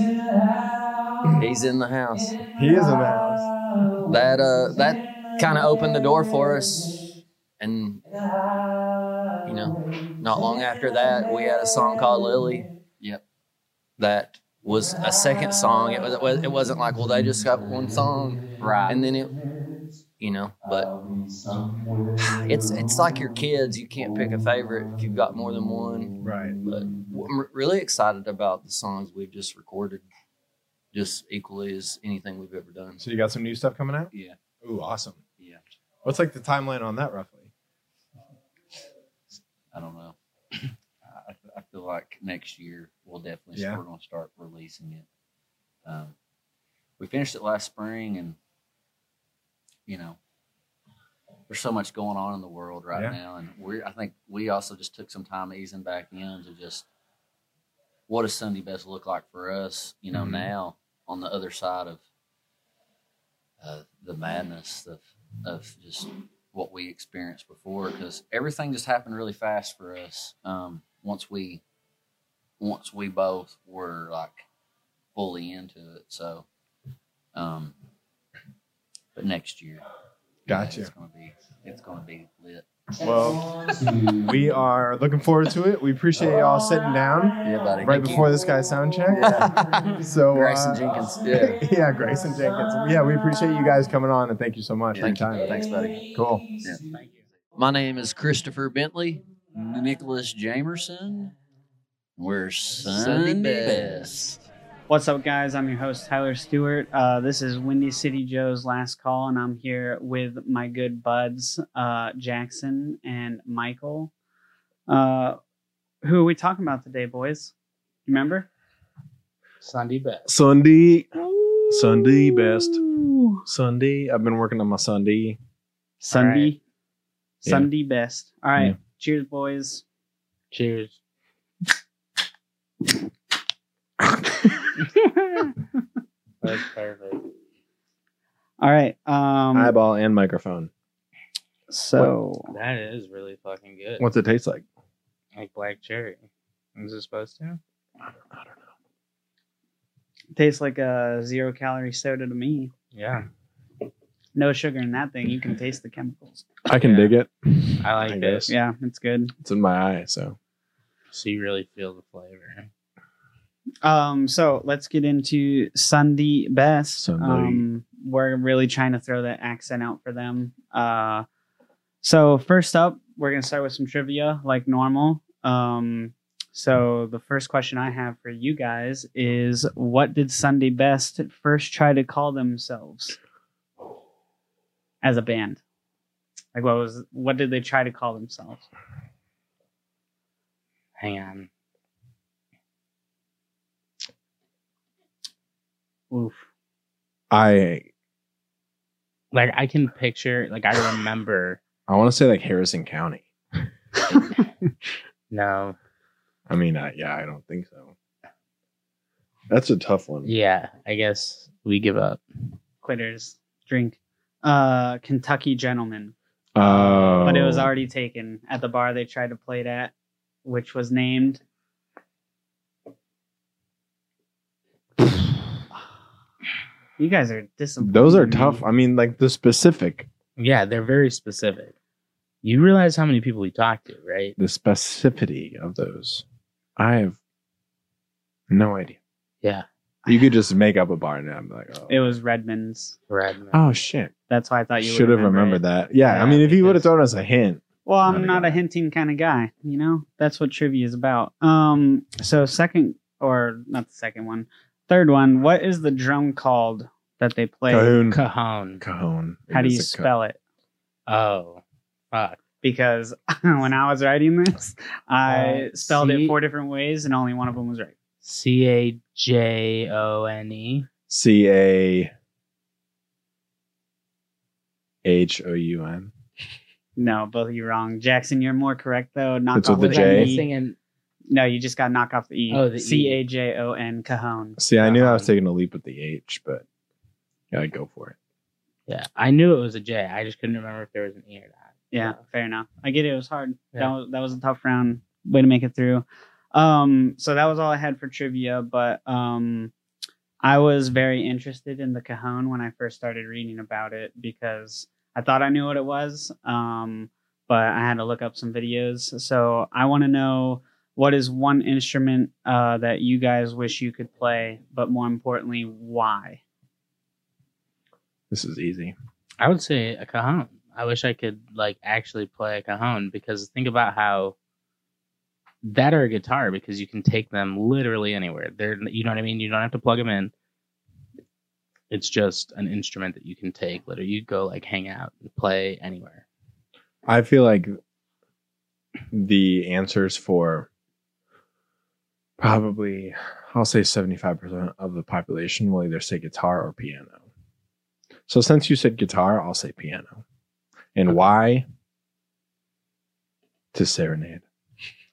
[SPEAKER 5] in the house.
[SPEAKER 6] He is in the house.
[SPEAKER 5] That uh that kind of opened the door for us, and you know, not long after that, we had a song called Lily.
[SPEAKER 3] Yep.
[SPEAKER 5] That was a second song. It was it wasn't like well they just got one song
[SPEAKER 3] right.
[SPEAKER 5] and then it you know but it's it's like your kids you can't pick a favorite if you've got more than one
[SPEAKER 6] Right.
[SPEAKER 5] but I'm really excited about the songs we've just recorded, just equally as anything we've ever done.
[SPEAKER 6] So you got some new stuff coming out?
[SPEAKER 3] Yeah.
[SPEAKER 6] Ooh, awesome.
[SPEAKER 3] yeah,
[SPEAKER 6] What's like the timeline on that roughly?
[SPEAKER 3] I don't know. I, I feel like next year we'll definitely
[SPEAKER 6] Yeah.
[SPEAKER 3] we're going to start releasing it. Um, we finished it last spring, and you know, there's so much going on in the world right
[SPEAKER 6] Yeah.
[SPEAKER 3] now, and we are I think we also just took some time easing back in to just what does Sunday best look like for us, you know,
[SPEAKER 6] Mhm.
[SPEAKER 3] now on the other side of uh, the madness of of just what we experienced before because everything just happened really fast for us um, once we once we both were like fully into it so um but next year yeah,
[SPEAKER 6] Gotcha.
[SPEAKER 3] it's gonna be it's gonna be lit
[SPEAKER 6] Well, we are looking forward to it. We appreciate y'all sitting down
[SPEAKER 3] yeah buddy
[SPEAKER 6] right
[SPEAKER 5] Thank you.
[SPEAKER 6] before this guy's sound check. [LAUGHS] So
[SPEAKER 5] Grayson
[SPEAKER 6] uh,
[SPEAKER 5] Jenkins, yeah.
[SPEAKER 6] [LAUGHS] yeah, Grayson Jenkins. Yeah, we appreciate you guys coming on and thank you so much
[SPEAKER 5] Thank
[SPEAKER 6] for your
[SPEAKER 5] you.
[SPEAKER 6] time.
[SPEAKER 5] Thanks, buddy.
[SPEAKER 6] Cool.
[SPEAKER 3] Yeah.
[SPEAKER 4] Thank you.
[SPEAKER 5] My name is Christopher Bentley.
[SPEAKER 3] nicholas jamerson we're
[SPEAKER 5] Sunday
[SPEAKER 3] sunday
[SPEAKER 5] best.
[SPEAKER 3] best.
[SPEAKER 7] What's up, guys? I'm your host, Tyler Stewart. Uh, this is Windy City Joe's last call, and I'm here with my good buds, uh, Jackson and Michael. Uh, who are we talking about today, boys? You Remember?
[SPEAKER 4] Sunday best.
[SPEAKER 2] Sunday, Sunday best.
[SPEAKER 7] Ooh.
[SPEAKER 2] Sunday. I've been working on my Sunday.
[SPEAKER 7] Sunday.
[SPEAKER 2] Yeah.
[SPEAKER 7] Sunday best. All right.
[SPEAKER 2] Yeah.
[SPEAKER 7] Cheers, boys.
[SPEAKER 4] Cheers.
[SPEAKER 7] uh,
[SPEAKER 4] That's perfect.
[SPEAKER 7] All right. Um,
[SPEAKER 2] Eyeball and microphone.
[SPEAKER 7] so
[SPEAKER 8] That is really fucking good.
[SPEAKER 2] What's it taste like?
[SPEAKER 8] Like black cherry. Is it supposed to?
[SPEAKER 7] tastes like a zero calorie soda to me.
[SPEAKER 8] Yeah,
[SPEAKER 7] No sugar in that thing. You can taste the chemicals.
[SPEAKER 2] I can
[SPEAKER 8] Yeah.
[SPEAKER 2] dig it.
[SPEAKER 8] I like
[SPEAKER 2] I
[SPEAKER 8] this.
[SPEAKER 2] guess.
[SPEAKER 7] Yeah, it's good.
[SPEAKER 2] It's in my eye, so
[SPEAKER 8] So you really feel the flavor.
[SPEAKER 7] Um, so let's get into Sunday best.
[SPEAKER 2] Sunday.
[SPEAKER 7] Um, we're really trying to throw that accent out for them. Uh, so first up, we're gonna start with some trivia, like normal. Um, so the first question I have for you guys is, what did Sunday best first try to call themselves as a band? Like, what was what did they try to call themselves?
[SPEAKER 8] Hang on.
[SPEAKER 7] Oof.
[SPEAKER 2] I
[SPEAKER 8] Like I can picture. Like I remember.
[SPEAKER 2] I want to say like Harrison County.
[SPEAKER 8] no.
[SPEAKER 2] I mean, I, yeah, I don't think so. That's a tough one.
[SPEAKER 8] Yeah. I guess we give up.
[SPEAKER 7] Quitters drink. Uh, Kentucky gentleman.
[SPEAKER 2] Oh,
[SPEAKER 7] but it was already taken at the bar they tried to play it at, which was named. [SIGHS] You guys are disappointed.
[SPEAKER 2] Those are
[SPEAKER 7] in
[SPEAKER 2] tough.
[SPEAKER 7] me.
[SPEAKER 2] I mean, like the specific,
[SPEAKER 8] Yeah, they're very specific. You realize how many people we talked to, right?
[SPEAKER 2] the specificity of those. I have no idea.
[SPEAKER 8] Yeah.
[SPEAKER 2] You could just make up a bar and I'm like, oh,
[SPEAKER 7] It was Redmond's.
[SPEAKER 8] Redmond.
[SPEAKER 2] oh shit.
[SPEAKER 7] That's why I thought you
[SPEAKER 2] Should have remembered that. Yeah,
[SPEAKER 8] Yeah,
[SPEAKER 2] I mean, if you would have
[SPEAKER 8] because-
[SPEAKER 2] thrown us a hint,
[SPEAKER 7] Well, I'm
[SPEAKER 2] Not a
[SPEAKER 7] not a
[SPEAKER 2] guy.
[SPEAKER 7] hinting kind of guy. You know, that's what trivia is about. Um, so second or not the second one, third one. What is the drum called that they play?
[SPEAKER 2] Cahoon.
[SPEAKER 8] Cajon.
[SPEAKER 2] Cajon. It
[SPEAKER 7] How do
[SPEAKER 2] is
[SPEAKER 7] you
[SPEAKER 2] a ca-
[SPEAKER 7] spell it?
[SPEAKER 8] Oh, fuck.
[SPEAKER 7] because [LAUGHS] when I was writing this, I
[SPEAKER 8] [LAUGHS] Uh,
[SPEAKER 7] spelled
[SPEAKER 8] see-
[SPEAKER 7] it four different ways and only one of them was right.
[SPEAKER 8] C A J O N E.
[SPEAKER 2] C A H O U N.
[SPEAKER 7] No, both of you wrong. Jackson, you're more correct though. Knock
[SPEAKER 2] It's
[SPEAKER 7] off
[SPEAKER 2] with the
[SPEAKER 7] E.
[SPEAKER 2] J?
[SPEAKER 8] Singing.
[SPEAKER 7] No, you just got knocked off the E.
[SPEAKER 8] Oh, the E.
[SPEAKER 7] C A J O N Cajon.
[SPEAKER 2] See, I knew I was
[SPEAKER 8] Cajon.
[SPEAKER 2] taking a leap with the H, but yeah, I'd go for it.
[SPEAKER 8] Yeah, I knew it was a J. I just couldn't remember if there was an E or not.
[SPEAKER 7] Yeah, fair enough. I get it. It was hard. That
[SPEAKER 8] Yeah.
[SPEAKER 7] was that was a tough round. Way to make it through. Um, so that was all I had for trivia, but um, I was very interested in the Cajon when I first started reading about it because I thought I knew what it was, um, but I had to look up some videos. So I want to know what is one instrument uh, that you guys wish you could play, but more importantly, why?
[SPEAKER 2] This is easy.
[SPEAKER 8] I would say a cajon. I wish I could like actually play a cajon because think about how that or a guitar because you can take them literally anywhere. They're you know what I mean. You don't have to plug them in. It's just an instrument that you can take. Literally, you go like hang out and play anywhere.
[SPEAKER 2] I feel like the answers for probably, I'll say 75% of the population will either say guitar or piano. So since you said guitar, I'll say piano. And why? To serenade.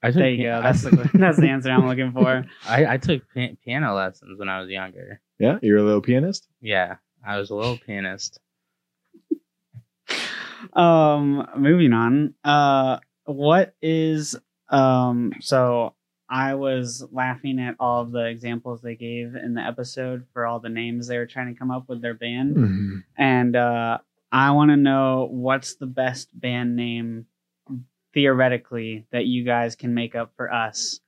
[SPEAKER 8] I took
[SPEAKER 7] There you
[SPEAKER 8] [LAUGHS] pian-
[SPEAKER 7] go. That's the, that's the answer I'm looking for.
[SPEAKER 8] I, I took pi- piano lessons when I was younger.
[SPEAKER 2] Yeah, you're a little pianist?
[SPEAKER 8] Yeah, I was a little pianist.
[SPEAKER 7] um moving on uh what is um so i was laughing at all of the examples they gave in the episode for all the names they were trying to come up with their band and uh i want to know what's the best band name theoretically that you guys can make up for us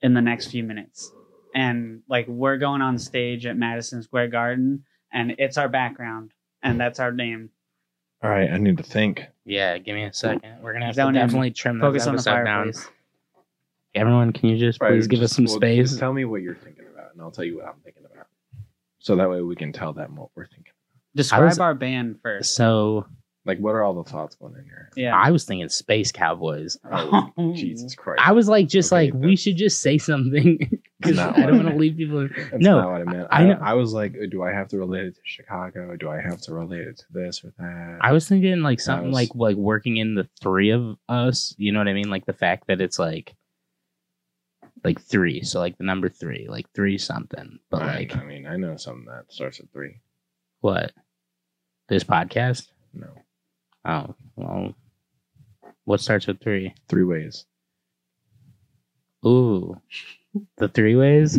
[SPEAKER 7] in the next few minutes and like we're going on stage at madison square garden and it's our background and that's our name
[SPEAKER 2] All right, I need to think.
[SPEAKER 8] Yeah, give me a second. We're gonna have
[SPEAKER 7] Zone
[SPEAKER 8] to
[SPEAKER 7] in.
[SPEAKER 8] definitely trim this
[SPEAKER 7] focus on the
[SPEAKER 8] episode down.
[SPEAKER 7] fireplace
[SPEAKER 8] Everyone, can you just please give us some
[SPEAKER 2] Well,
[SPEAKER 8] space?
[SPEAKER 2] just Tell me what you're thinking about, and I'll tell you what I'm thinking about. So that way we can tell them what we're thinking.
[SPEAKER 7] Describe
[SPEAKER 8] was-
[SPEAKER 7] our band first.
[SPEAKER 8] So
[SPEAKER 2] Like, what are all the thoughts going in here?
[SPEAKER 7] Yeah. [LAUGHS]
[SPEAKER 8] I was thinking Space Cowboys. [LAUGHS]
[SPEAKER 2] Oh, Jesus Christ.
[SPEAKER 8] Um, I was like, just
[SPEAKER 2] Okay,
[SPEAKER 8] like we
[SPEAKER 2] that's-
[SPEAKER 8] should just say something [LAUGHS] because
[SPEAKER 2] not
[SPEAKER 8] I don't
[SPEAKER 2] what-
[SPEAKER 8] want to leave people.
[SPEAKER 2] [LAUGHS] That's
[SPEAKER 8] No,
[SPEAKER 2] not what I meant.
[SPEAKER 8] I-
[SPEAKER 2] I,
[SPEAKER 8] I
[SPEAKER 2] I,
[SPEAKER 8] know-
[SPEAKER 2] was like, do I have to relate it to Chicago? Do I have to relate it to this or that?
[SPEAKER 8] I was thinking like something
[SPEAKER 2] was-
[SPEAKER 8] like like working in the three of us. You know what I mean? Like the fact that it's like like three, so like the number three, like three something. But
[SPEAKER 2] I-
[SPEAKER 8] like
[SPEAKER 2] I mean, I know something that starts with three.
[SPEAKER 8] what? This podcast?
[SPEAKER 2] No.
[SPEAKER 8] Oh, well. What starts with three?
[SPEAKER 2] Three ways.
[SPEAKER 8] Ooh. The three ways?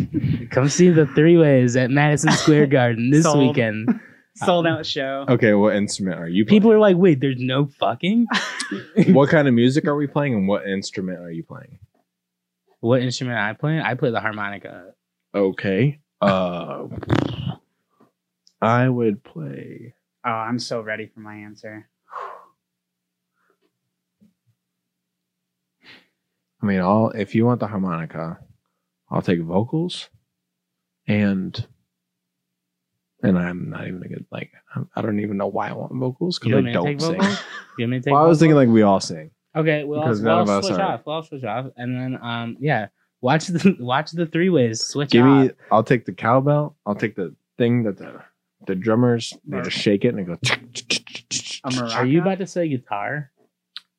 [SPEAKER 8] Come see the three ways at Madison Square Garden this
[SPEAKER 7] Sold.
[SPEAKER 8] weekend.
[SPEAKER 7] Sold out show.
[SPEAKER 2] Okay, what instrument are you playing?
[SPEAKER 8] People are like, wait, there's no fucking? [LAUGHS]
[SPEAKER 2] what kind of music are we playing and what instrument are you playing?
[SPEAKER 8] What instrument I play? I play the harmonica.
[SPEAKER 2] Okay. Uh, I would play.
[SPEAKER 7] Oh, I'm so ready for my answer.
[SPEAKER 2] I mean, all if you want the harmonica, I'll take vocals, and and I'm not even a good like I'm, I don't even know why I want vocals
[SPEAKER 8] You
[SPEAKER 2] because
[SPEAKER 8] want
[SPEAKER 2] I
[SPEAKER 8] me to take
[SPEAKER 2] don't sing.
[SPEAKER 8] vocals? You want me to take
[SPEAKER 2] Well, I was
[SPEAKER 8] vocals?
[SPEAKER 2] thinking like we all sing.
[SPEAKER 8] Okay, we'll, all,
[SPEAKER 2] Because
[SPEAKER 8] we'll
[SPEAKER 2] none
[SPEAKER 8] all
[SPEAKER 2] of us
[SPEAKER 8] switch
[SPEAKER 2] are.
[SPEAKER 8] off. We'll all switch off, and then um, yeah, watch the [LAUGHS] watch the three ways. Switch
[SPEAKER 2] Give
[SPEAKER 8] off.
[SPEAKER 2] me. I'll take the cowbell. I'll take the thing that the the drummers they just shake it and it goes. [LAUGHS]
[SPEAKER 7] A maraca?
[SPEAKER 8] are you about to say guitar?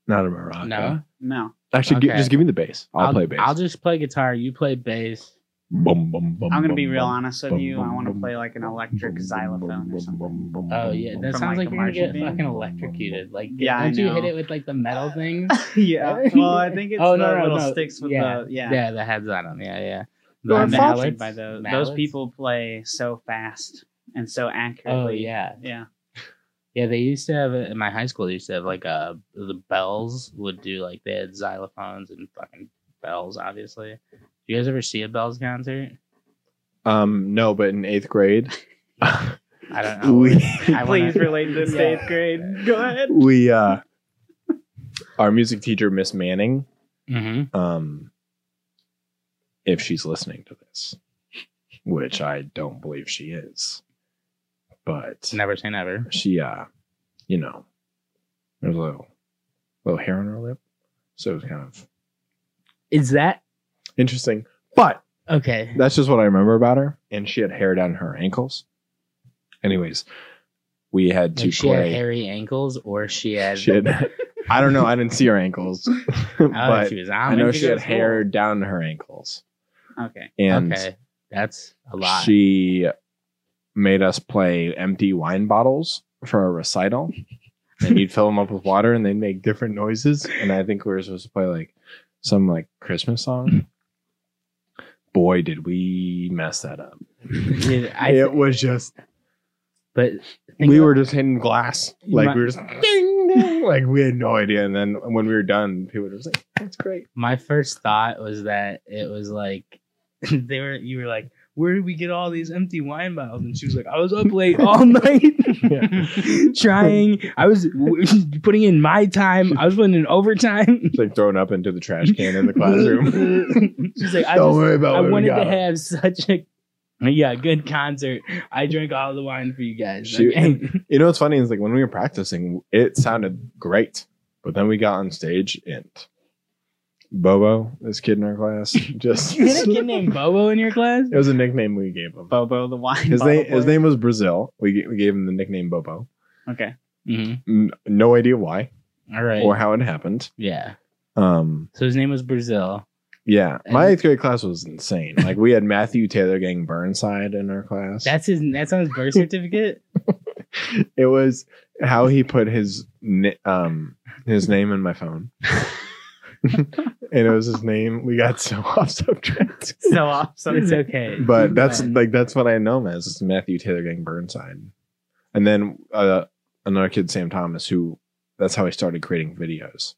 [SPEAKER 2] Not a maraca.
[SPEAKER 8] No?
[SPEAKER 7] No.
[SPEAKER 2] Actually, gi-
[SPEAKER 8] Okay.
[SPEAKER 2] just give me the bass. I'll, play bass.
[SPEAKER 8] I'll just play guitar. You play bass.
[SPEAKER 2] Bum, bum, bum,
[SPEAKER 7] I'm gonna
[SPEAKER 2] bum,
[SPEAKER 7] be real
[SPEAKER 2] bum,
[SPEAKER 7] honest with
[SPEAKER 2] bum,
[SPEAKER 7] you. I
[SPEAKER 2] bum,
[SPEAKER 7] want to
[SPEAKER 2] bum,
[SPEAKER 7] play like an electric
[SPEAKER 2] bum,
[SPEAKER 7] xylophone
[SPEAKER 2] bum,
[SPEAKER 7] or
[SPEAKER 2] bum, [LAUGHS]
[SPEAKER 7] something.
[SPEAKER 2] bum, bum,
[SPEAKER 8] Oh
[SPEAKER 2] bum,
[SPEAKER 8] yeah,
[SPEAKER 2] bum,
[SPEAKER 8] that
[SPEAKER 7] From,
[SPEAKER 2] bum.
[SPEAKER 8] sounds
[SPEAKER 7] like,
[SPEAKER 8] like
[SPEAKER 7] the
[SPEAKER 8] you're gonna get
[SPEAKER 7] marching band?
[SPEAKER 8] fucking electrocuted. Like,
[SPEAKER 7] Yeah, I
[SPEAKER 8] don't you hit
[SPEAKER 7] know.
[SPEAKER 8] it with like the metal things?
[SPEAKER 7] yeah. Well, I think it's
[SPEAKER 8] Oh,
[SPEAKER 7] the
[SPEAKER 8] no, no,
[SPEAKER 7] little
[SPEAKER 8] no.
[SPEAKER 7] sticks with
[SPEAKER 8] Yeah.
[SPEAKER 7] the [LAUGHS] yeah.
[SPEAKER 8] Yeah, the heads on them. Yeah, yeah.
[SPEAKER 7] But I'm
[SPEAKER 8] The
[SPEAKER 7] fascinated
[SPEAKER 8] mallets,
[SPEAKER 7] by those.
[SPEAKER 8] mallets.
[SPEAKER 7] Those people play so fast and so accurately.
[SPEAKER 8] Oh yeah,
[SPEAKER 7] Yeah.
[SPEAKER 8] yeah. They used to have in my high school. They used to have like uh the bells would do like they had xylophones and fucking bells. Obviously, you guys ever see a bells concert?
[SPEAKER 2] Um, no, but in eighth
[SPEAKER 7] [LAUGHS]
[SPEAKER 2] grade, [LAUGHS]
[SPEAKER 7] Oh,
[SPEAKER 8] I don't know.
[SPEAKER 2] we
[SPEAKER 8] I wanna-
[SPEAKER 7] Please [LAUGHS] relate this to
[SPEAKER 8] Yeah.
[SPEAKER 7] eighth grade. Go ahead.
[SPEAKER 2] [LAUGHS] we uh, our music teacher Miss Manning,
[SPEAKER 8] hmm
[SPEAKER 2] um, if she's listening to this, which I don't believe she is, but
[SPEAKER 8] Never say never.
[SPEAKER 2] she uh, you know, there's a little, little hair on her lip, so it was kind of
[SPEAKER 8] Is that
[SPEAKER 2] interesting. But
[SPEAKER 8] okay?
[SPEAKER 2] That's just what I remember about her. And she had hair down her ankles. Anyways, we had to
[SPEAKER 8] Like she had
[SPEAKER 2] play.
[SPEAKER 8] hairy ankles, or she had.
[SPEAKER 2] She had- [LAUGHS] I don't know. I didn't see her ankles, [LAUGHS] but
[SPEAKER 8] [LAUGHS] I don't know if she was on.
[SPEAKER 2] I
[SPEAKER 8] when
[SPEAKER 2] know
[SPEAKER 8] did
[SPEAKER 2] she
[SPEAKER 8] go
[SPEAKER 2] had
[SPEAKER 8] to school?
[SPEAKER 2] hair down her ankles,
[SPEAKER 7] Okay.
[SPEAKER 2] and
[SPEAKER 8] Okay, that's a lot.
[SPEAKER 2] she made us play empty wine bottles for a recital. and you'd fill them up with water, and they'd make different noises. And I think we were supposed to play like some like Christmas song. Boy, did we mess that up!
[SPEAKER 8] Dude, [LAUGHS] I,
[SPEAKER 2] it was just
[SPEAKER 8] but think
[SPEAKER 2] we
[SPEAKER 8] about-
[SPEAKER 2] were just hitting glass.
[SPEAKER 8] You
[SPEAKER 2] Like
[SPEAKER 8] might-
[SPEAKER 2] we were just ding, ding. like we had no idea. And then when we were done, people were just like, "That's great."
[SPEAKER 8] my first thought was that it was like [LAUGHS] they were you were like where did we get all these empty wine bottles and she was like i was up late all [LAUGHS] night
[SPEAKER 2] Yeah.
[SPEAKER 8] trying i was w- [LAUGHS] putting in my time i was putting in overtime [LAUGHS]
[SPEAKER 2] It's [LAUGHS] like thrown up into the trash can in the classroom.
[SPEAKER 8] she's like [LAUGHS]
[SPEAKER 2] [LAUGHS]
[SPEAKER 8] i,
[SPEAKER 2] Don't
[SPEAKER 8] just,
[SPEAKER 2] worry about
[SPEAKER 8] I
[SPEAKER 2] what we
[SPEAKER 8] wanted to
[SPEAKER 2] got.
[SPEAKER 8] have such a yeah good concert i drank all the wine for you guys
[SPEAKER 2] Shoot. [LAUGHS]
[SPEAKER 8] Okay.
[SPEAKER 2] you know what's funny is like when we were practicing, it sounded great, but then we got on stage and Bobo, this kid in our
[SPEAKER 8] [LAUGHS]
[SPEAKER 2] class, just
[SPEAKER 8] you had a kid named bobo in your class
[SPEAKER 2] [LAUGHS] it was a nickname we gave him.
[SPEAKER 7] Bobo the wine.
[SPEAKER 2] His
[SPEAKER 7] bottle
[SPEAKER 2] name his
[SPEAKER 7] boy.
[SPEAKER 2] name was Brazil. We g- we gave him the nickname Bobo.
[SPEAKER 7] Okay.
[SPEAKER 8] Mhm.
[SPEAKER 2] N- no idea why
[SPEAKER 8] all right
[SPEAKER 2] Mm-hmm. or how it happened.
[SPEAKER 8] yeah
[SPEAKER 2] Um,
[SPEAKER 8] so his name was brazil
[SPEAKER 2] Yeah,
[SPEAKER 8] And-
[SPEAKER 2] my eighth grade class was insane. Like we had Matthew Taylor Gang Burnside in our class.
[SPEAKER 8] that's his that's on his birth certificate
[SPEAKER 2] [LAUGHS] it was how he put his ni- um his name in my phone, and it was his name. We got so [LAUGHS] off subject,
[SPEAKER 7] So awesome.
[SPEAKER 8] it's okay.
[SPEAKER 2] but that's
[SPEAKER 8] But-
[SPEAKER 2] like that's what I know him as is Matthew Taylor Gang Burnside, and then uh, another kid Sam Thomas who that's how I started creating videos.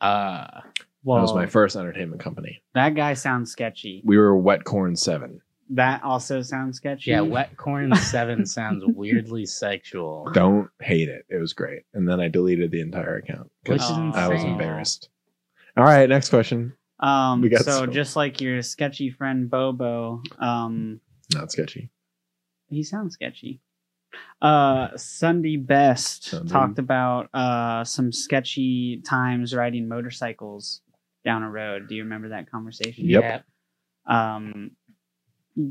[SPEAKER 8] uh
[SPEAKER 2] that
[SPEAKER 7] Well,
[SPEAKER 2] was my first entertainment company.
[SPEAKER 7] that guy sounds sketchy.
[SPEAKER 2] We were Wet Corn Seven.
[SPEAKER 7] That also sounds sketchy.
[SPEAKER 8] yeah, wet corn seven sounds weirdly sexual.
[SPEAKER 2] Don't hate it. It was great, and then I deleted the entire account. 'cause
[SPEAKER 8] Which is
[SPEAKER 7] Oh.
[SPEAKER 8] insane.
[SPEAKER 2] I was embarrassed. All right, next question.
[SPEAKER 7] Um,
[SPEAKER 2] We got
[SPEAKER 7] so
[SPEAKER 2] some.
[SPEAKER 7] just like your sketchy friend Bobo, um,
[SPEAKER 2] Not sketchy.
[SPEAKER 7] he sounds sketchy. Uh, Sunday Best
[SPEAKER 2] Sunday.
[SPEAKER 7] talked about uh some sketchy times riding motorcycles down a road. Do you remember that conversation?
[SPEAKER 2] Yep.
[SPEAKER 7] Um,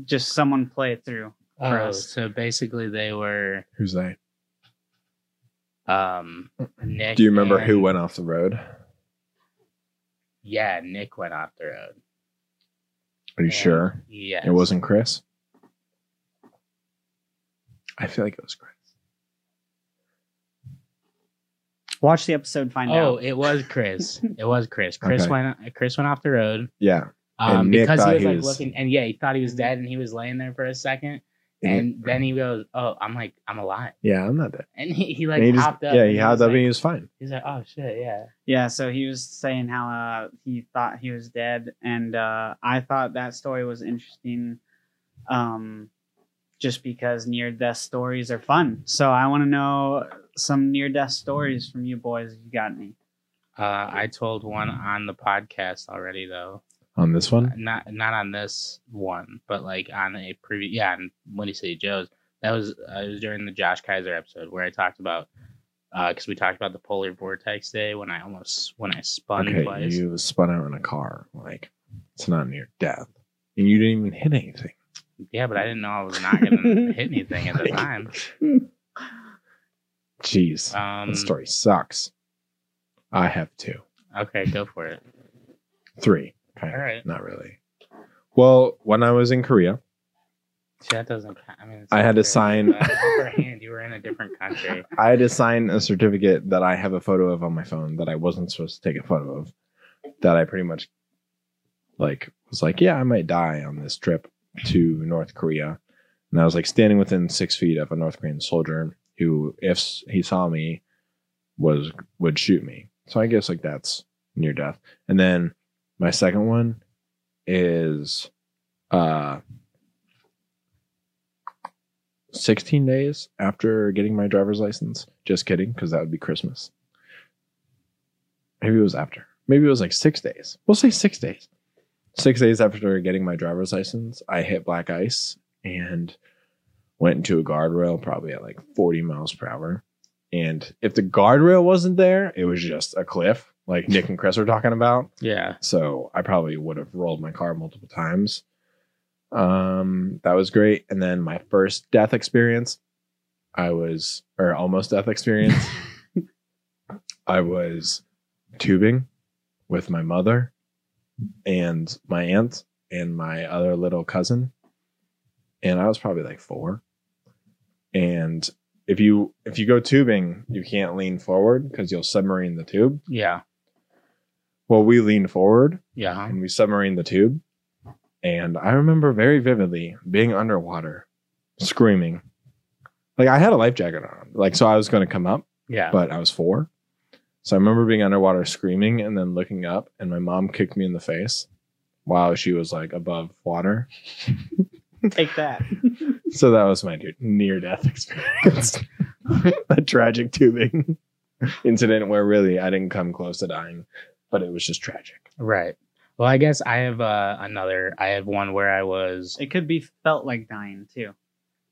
[SPEAKER 7] just someone play it through.
[SPEAKER 8] Yeah.
[SPEAKER 7] For
[SPEAKER 8] Oh,
[SPEAKER 7] us.
[SPEAKER 8] so basically they were
[SPEAKER 2] Who's they?
[SPEAKER 8] um Nick
[SPEAKER 2] Do you remember who
[SPEAKER 8] and-
[SPEAKER 2] went off the road?
[SPEAKER 8] Yeah, Nick went off the road.
[SPEAKER 2] Are you sure
[SPEAKER 8] Yeah.
[SPEAKER 2] it wasn't Chris? I feel like it was Chris.
[SPEAKER 7] Watch the episode, find
[SPEAKER 8] oh,
[SPEAKER 7] out.
[SPEAKER 8] it was Chris. it was Chris. Chris
[SPEAKER 2] Okay.
[SPEAKER 8] went. Chris went off the road
[SPEAKER 2] Yeah.
[SPEAKER 8] um,
[SPEAKER 2] And Nick
[SPEAKER 8] because he
[SPEAKER 2] thought
[SPEAKER 8] was
[SPEAKER 2] he
[SPEAKER 8] like
[SPEAKER 2] was-
[SPEAKER 8] looking, and yeah, he thought he was dead, and he was laying there for a second, and then he goes, "Oh, I'm like, I'm alive," [LAUGHS]
[SPEAKER 2] Yeah, I'm not that.
[SPEAKER 8] and he, he like
[SPEAKER 2] And he just-
[SPEAKER 8] hopped up.
[SPEAKER 2] yeah,
[SPEAKER 8] and
[SPEAKER 2] he
[SPEAKER 8] was
[SPEAKER 2] hopped up
[SPEAKER 8] like-
[SPEAKER 2] and he was fine.
[SPEAKER 8] He's like, "Oh shit, yeah."
[SPEAKER 7] Yeah, so he was saying how uh, he thought he was dead, and uh, I thought that story was interesting, um, just because near death stories are fun. So I want to know some near death stories from you boys. If you got any?
[SPEAKER 8] Uh, I told one on the podcast already, though.
[SPEAKER 2] On this one,
[SPEAKER 8] Not not on this one, but like on a previous. Yeah, on Windy City Joe's. That was uh, it was during the Josh Kaiser episode where I talked about because we talked about the polar vortex day when I almost when I spun
[SPEAKER 2] okay,
[SPEAKER 8] twice.
[SPEAKER 2] you spun out in a car. Like it's not near death, and you didn't even hit anything.
[SPEAKER 8] Yeah, but I didn't know I was not
[SPEAKER 2] [LAUGHS]
[SPEAKER 8] gonna hit anything at the time.
[SPEAKER 2] Jeez,
[SPEAKER 8] Um,
[SPEAKER 2] that story sucks. I have two,
[SPEAKER 8] Um, Okay, go for it.
[SPEAKER 2] three. Kind
[SPEAKER 8] All
[SPEAKER 2] of.
[SPEAKER 8] right,
[SPEAKER 2] Not really. Well, when I was in Korea,
[SPEAKER 8] See, that doesn't. count. I mean, it's
[SPEAKER 2] I had to
[SPEAKER 8] different,
[SPEAKER 2] sign-
[SPEAKER 8] but upper hand, you were in a different country.
[SPEAKER 2] I had to sign a certificate that I have a photo of on my phone that I wasn't supposed to take a photo of. That I pretty much like was like, yeah, I might die on this trip to North Korea. And I was like standing within six feet of a North Korean soldier who, if s- he saw me, was would shoot me. So I guess like that's near death. And then my second one is uh 16 days after getting my driver's license. Just kidding, because that would be Christmas. Maybe it was after. Maybe it was like six days. We'll say six days. Six days after getting my driver's license, I hit black ice and went into a guardrail probably at like 40 miles per hour. And if the guardrail wasn't there, it was just a cliff, like Nick and Chris were talking about.
[SPEAKER 8] Yeah,
[SPEAKER 2] So I probably would have rolled my car multiple times. Um, that was great. And then my first death experience, I was, or almost death experience, I was tubing with my mother and my aunt and my other little cousin. And I was probably like four. And if you if you go tubing, you can't lean forward because you'll submarine the tube.
[SPEAKER 8] yeah,
[SPEAKER 2] Well, we leaned forward
[SPEAKER 8] yeah.
[SPEAKER 2] and we submarined the tube. And I remember very vividly being underwater, screaming. Like I had a life jacket on, like so I was going to come up,
[SPEAKER 8] Yeah.
[SPEAKER 2] but I was four. So I remember being underwater, screaming, and then looking up, and my mom kicked me in the face while she was like above water.
[SPEAKER 7] Take that.
[SPEAKER 2] So that was my near death [LAUGHS] experience. a tragic tubing incident where really I didn't come close to dying, but it was just tragic.
[SPEAKER 8] Right. Well, I guess I have uh, another. I have one where I was.
[SPEAKER 7] It could be felt like dying too.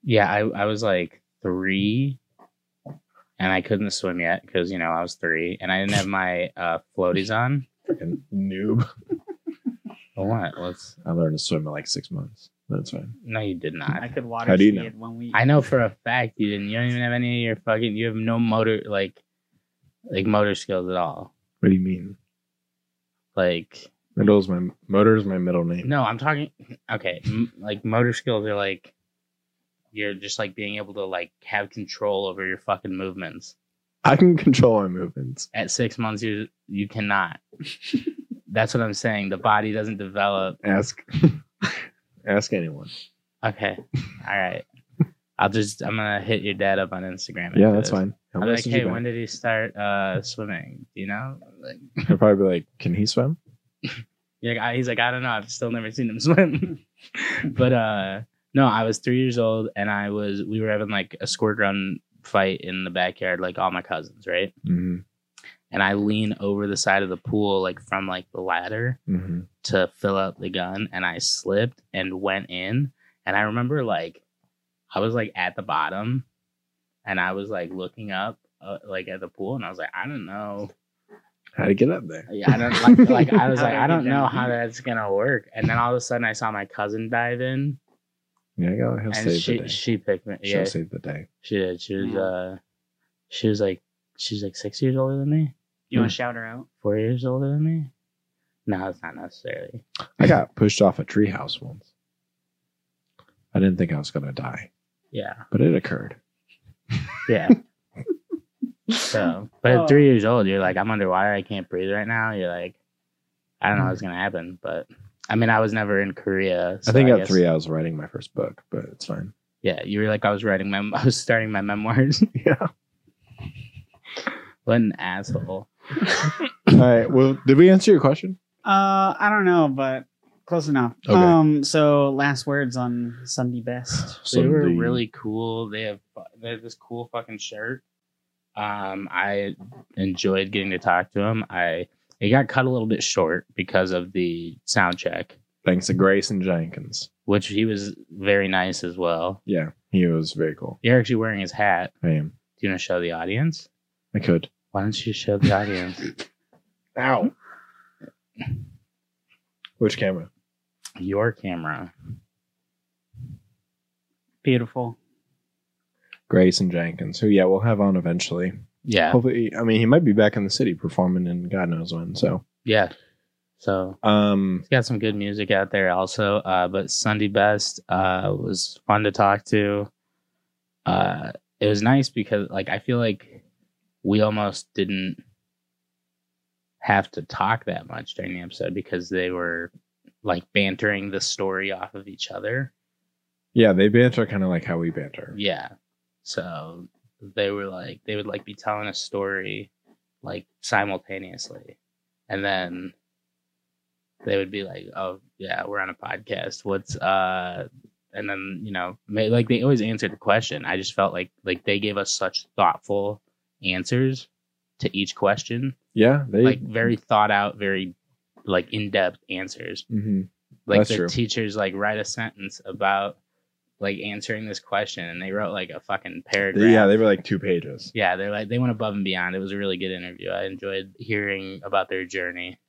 [SPEAKER 8] Yeah, I, I was like three, and I couldn't swim yet because you know I was three, and I didn't have my uh, floaties on.
[SPEAKER 2] Freaking noob.
[SPEAKER 8] What? Let's.
[SPEAKER 2] I learned to swim at like six months. That's fine.
[SPEAKER 8] No, you did
[SPEAKER 7] I
[SPEAKER 8] not.
[SPEAKER 7] could water
[SPEAKER 2] How do you
[SPEAKER 7] ski
[SPEAKER 2] know?
[SPEAKER 7] it when we.
[SPEAKER 8] I know for a fact you didn't. You don't even have any of your fucking. You have no motor like, like motor skills at all.
[SPEAKER 2] What do you mean?
[SPEAKER 8] Like
[SPEAKER 2] Middle's my motor's my middle name.
[SPEAKER 8] no, I'm talking. Okay, m- like motor skills are like, you're just like being able to like have control over your fucking movements.
[SPEAKER 2] [LAUGHS] I can control my movements.
[SPEAKER 8] at six months you you
[SPEAKER 2] [LAUGHS]
[SPEAKER 8] cannot that's what i'm saying the body doesn't develop
[SPEAKER 2] Ask [LAUGHS] ask anyone. [LAUGHS]
[SPEAKER 8] okay all right i'll just i'm gonna hit your dad up on instagram
[SPEAKER 2] Yeah,
[SPEAKER 8] after
[SPEAKER 2] that's
[SPEAKER 8] this.
[SPEAKER 2] fine. I'll
[SPEAKER 8] i'll be like
[SPEAKER 2] message you
[SPEAKER 8] hey
[SPEAKER 2] back.
[SPEAKER 8] when did he start uh swimming Do you know like,
[SPEAKER 2] He'll probably be like, Can he swim?
[SPEAKER 8] you're like, I- he's like i don't know i've still never seen him [LAUGHS] swim but uh no i was three years old and i was we were having like a squirt gun fight in the backyard like all my cousins right
[SPEAKER 2] Mm-hmm.
[SPEAKER 8] and i lean over the side of the pool like from like the ladder
[SPEAKER 2] Mm-hmm.
[SPEAKER 8] to fill up the gun and I slipped and went in. And I remember like I was like at the bottom and I was like looking up uh, like at the pool and I was like, I don't know.
[SPEAKER 2] How to get up there.
[SPEAKER 8] Yeah,
[SPEAKER 2] [LAUGHS]
[SPEAKER 8] I don't like, like I was
[SPEAKER 7] How
[SPEAKER 8] like,
[SPEAKER 7] did
[SPEAKER 8] I
[SPEAKER 7] you
[SPEAKER 8] don't
[SPEAKER 7] get
[SPEAKER 8] know
[SPEAKER 7] down?
[SPEAKER 8] how that's gonna work. And then all of a sudden I saw my cousin dive in
[SPEAKER 2] Yeah, go. He'll
[SPEAKER 8] and
[SPEAKER 2] save the
[SPEAKER 8] she
[SPEAKER 2] day.
[SPEAKER 8] she picked me.
[SPEAKER 2] She'll
[SPEAKER 8] Yeah,
[SPEAKER 2] save Mm. the day.
[SPEAKER 8] she did. She was
[SPEAKER 7] Yeah.
[SPEAKER 8] uh she was like she's like six years older than me,
[SPEAKER 7] You want to shout her out?
[SPEAKER 8] four years older than me. No, it's not necessarily.
[SPEAKER 2] I got pushed off a treehouse once. I didn't think I was gonna die,
[SPEAKER 8] Yeah.
[SPEAKER 2] but it occurred.
[SPEAKER 8] Yeah. So, but
[SPEAKER 7] Oh.
[SPEAKER 8] at three years old, you're like, I'm underwater. I can't breathe right now. You're like, I don't know what's gonna happen. But I mean, I was never in Korea.
[SPEAKER 2] I
[SPEAKER 8] so
[SPEAKER 2] think at
[SPEAKER 8] guess-
[SPEAKER 2] three I was writing my first book, but it's
[SPEAKER 8] [LAUGHS]
[SPEAKER 2] fine.
[SPEAKER 8] Yeah, you were like, I was writing my, [LAUGHS] I was starting my memoirs.
[SPEAKER 2] [LAUGHS] Yeah.
[SPEAKER 8] what an
[SPEAKER 2] All
[SPEAKER 8] asshole.
[SPEAKER 2] right. Well, did we answer your question?
[SPEAKER 7] Uh, I don't know, but close enough.
[SPEAKER 2] Okay.
[SPEAKER 7] Um, so last words on Sunday best.
[SPEAKER 8] they were
[SPEAKER 2] Sunday.
[SPEAKER 8] really cool. They have fu- they have this cool fucking shirt. Um, I enjoyed getting to talk to him. I it got cut a little bit short because of the sound check,
[SPEAKER 2] Thanks to Grayson Jenkins.
[SPEAKER 8] which he was very nice as well.
[SPEAKER 2] Yeah, he was very cool.
[SPEAKER 8] You're actually wearing his hat.
[SPEAKER 2] I am.
[SPEAKER 8] Do you want to show the audience?
[SPEAKER 2] I could.
[SPEAKER 8] Why don't you show the audience?
[SPEAKER 2] Ow. Which camera?
[SPEAKER 8] Your camera.
[SPEAKER 7] Beautiful.
[SPEAKER 2] Grayson Jenkins, who yeah, we'll have on eventually.
[SPEAKER 8] Yeah.
[SPEAKER 2] Hopefully, I mean, he might be back in the city performing in God knows when. So,
[SPEAKER 8] Yeah. So
[SPEAKER 2] um,
[SPEAKER 8] He's got some good music out there also. Uh, but Sunday Best uh, was fun to talk to. Uh, it was nice because like I feel like we almost didn't have to talk that much during the episode because they were like bantering the story off of each other.
[SPEAKER 2] yeah, they banter kind of like how we banter.
[SPEAKER 8] Yeah. So they were like they would like be telling a story like simultaneously. And then they would be like, "Oh, yeah, we're on a podcast. What's uh and then, you know, ma- like they always answered the question. I just felt like like they gave us such thoughtful answers to each question.
[SPEAKER 2] Yeah, they.
[SPEAKER 8] Like very thought out, very like in-depth answers
[SPEAKER 2] hmm
[SPEAKER 8] like
[SPEAKER 2] That's
[SPEAKER 8] the
[SPEAKER 2] true.
[SPEAKER 8] teachers like write a sentence about like answering this question and they wrote like a fucking paragraph
[SPEAKER 2] yeah, they were like two pages.
[SPEAKER 8] yeah they're like they went above and beyond it was a really good interview i enjoyed hearing about their journey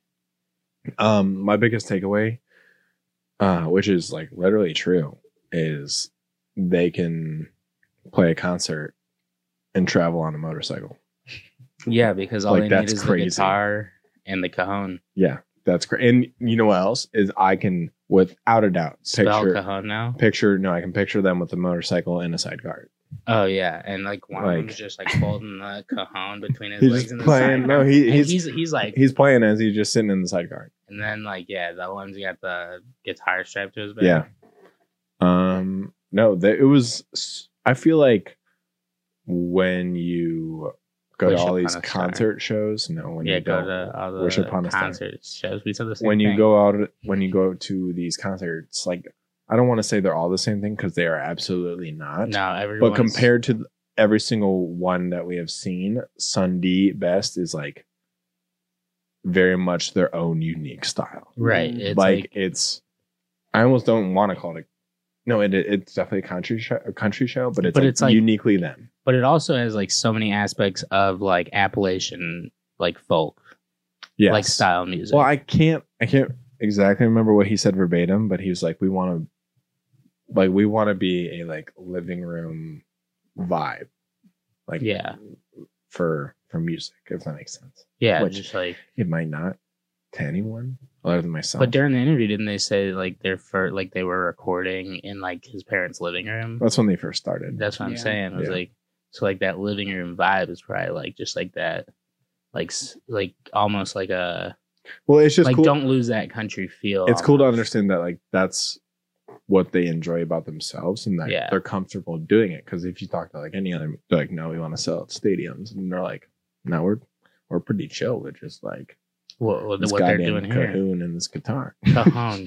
[SPEAKER 2] um my biggest takeaway uh which is like literally true is they can play a concert and travel on a motorcycle
[SPEAKER 8] yeah because all
[SPEAKER 2] Like,
[SPEAKER 8] they need
[SPEAKER 2] that's
[SPEAKER 8] is
[SPEAKER 2] crazy.
[SPEAKER 8] the guitar and the cajon
[SPEAKER 2] yeah that's great and you know what else is i can without a doubt
[SPEAKER 8] spell
[SPEAKER 2] picture
[SPEAKER 8] cajon now
[SPEAKER 2] picture no i can picture them with a motorcycle and a sidecar
[SPEAKER 8] oh yeah and like one of
[SPEAKER 2] Like-
[SPEAKER 8] them's just like holding the cajon between
[SPEAKER 2] [LAUGHS]
[SPEAKER 8] his
[SPEAKER 2] he's
[SPEAKER 8] legs
[SPEAKER 2] just
[SPEAKER 8] and the
[SPEAKER 2] playing
[SPEAKER 8] side.
[SPEAKER 2] no he,
[SPEAKER 8] And
[SPEAKER 2] he's,
[SPEAKER 8] he's,
[SPEAKER 2] he's
[SPEAKER 8] he's like
[SPEAKER 2] playing as he's just sitting in the sidecar
[SPEAKER 8] and then like yeah that one's got the guitar strapped to his back
[SPEAKER 2] yeah um no that it was s- i feel like when you go
[SPEAKER 8] Wish
[SPEAKER 2] to all
[SPEAKER 8] Upon
[SPEAKER 2] these
[SPEAKER 8] a Star.
[SPEAKER 2] concert shows no when
[SPEAKER 8] yeah
[SPEAKER 2] you
[SPEAKER 8] go
[SPEAKER 2] don't
[SPEAKER 8] to all the
[SPEAKER 2] Wish Upon a Star.
[SPEAKER 8] concert shows we said the same
[SPEAKER 2] when you
[SPEAKER 8] thing.
[SPEAKER 2] go out when you go to these concerts like i don't want to say they're all the same thing because they are absolutely not
[SPEAKER 8] No, everyone.
[SPEAKER 2] but compared to every single one that we have seen sunday best is like very much their own unique style
[SPEAKER 8] right, it's
[SPEAKER 2] like,
[SPEAKER 8] like,
[SPEAKER 2] it's i almost don't want to call it a, no it, it's definitely a country show a country show but it's,
[SPEAKER 8] But
[SPEAKER 2] like
[SPEAKER 8] it's like-
[SPEAKER 2] uniquely them
[SPEAKER 8] but it also has like so many aspects of like Appalachian like folk
[SPEAKER 2] yeah
[SPEAKER 8] like style music.
[SPEAKER 2] Well, I can't I can't exactly remember what he said verbatim, but he was like, we want to like we want to be a like living room vibe. Like
[SPEAKER 8] yeah,
[SPEAKER 2] for for music, if that makes sense.
[SPEAKER 8] yeah,
[SPEAKER 2] Which-
[SPEAKER 8] just like.
[SPEAKER 2] It might not to anyone other than myself.
[SPEAKER 8] But during the interview, didn't they say like they're for like they were recording in like his parents' living room?
[SPEAKER 2] that's when they first started.
[SPEAKER 8] That's what I'm
[SPEAKER 7] Yeah.
[SPEAKER 8] saying. I was
[SPEAKER 2] Yeah.
[SPEAKER 8] like, so like that living room vibe is probably like just like that, like s- like almost like a
[SPEAKER 2] Well, it's just
[SPEAKER 8] like
[SPEAKER 2] cool.
[SPEAKER 8] don't lose that country feel.
[SPEAKER 2] it's cool to
[SPEAKER 8] almost.
[SPEAKER 2] understand that like that's what they enjoy about themselves and that
[SPEAKER 8] Yeah.
[SPEAKER 2] they're comfortable doing it. Because if you talk to like any other, they're like, no, we want to sell at stadiums, and they're like, no, we're we're pretty chill. We're just like
[SPEAKER 8] What, what,
[SPEAKER 2] this
[SPEAKER 8] what they're
[SPEAKER 2] goddamn
[SPEAKER 8] doing here.
[SPEAKER 2] cahoon and this guitar.
[SPEAKER 8] Cajon,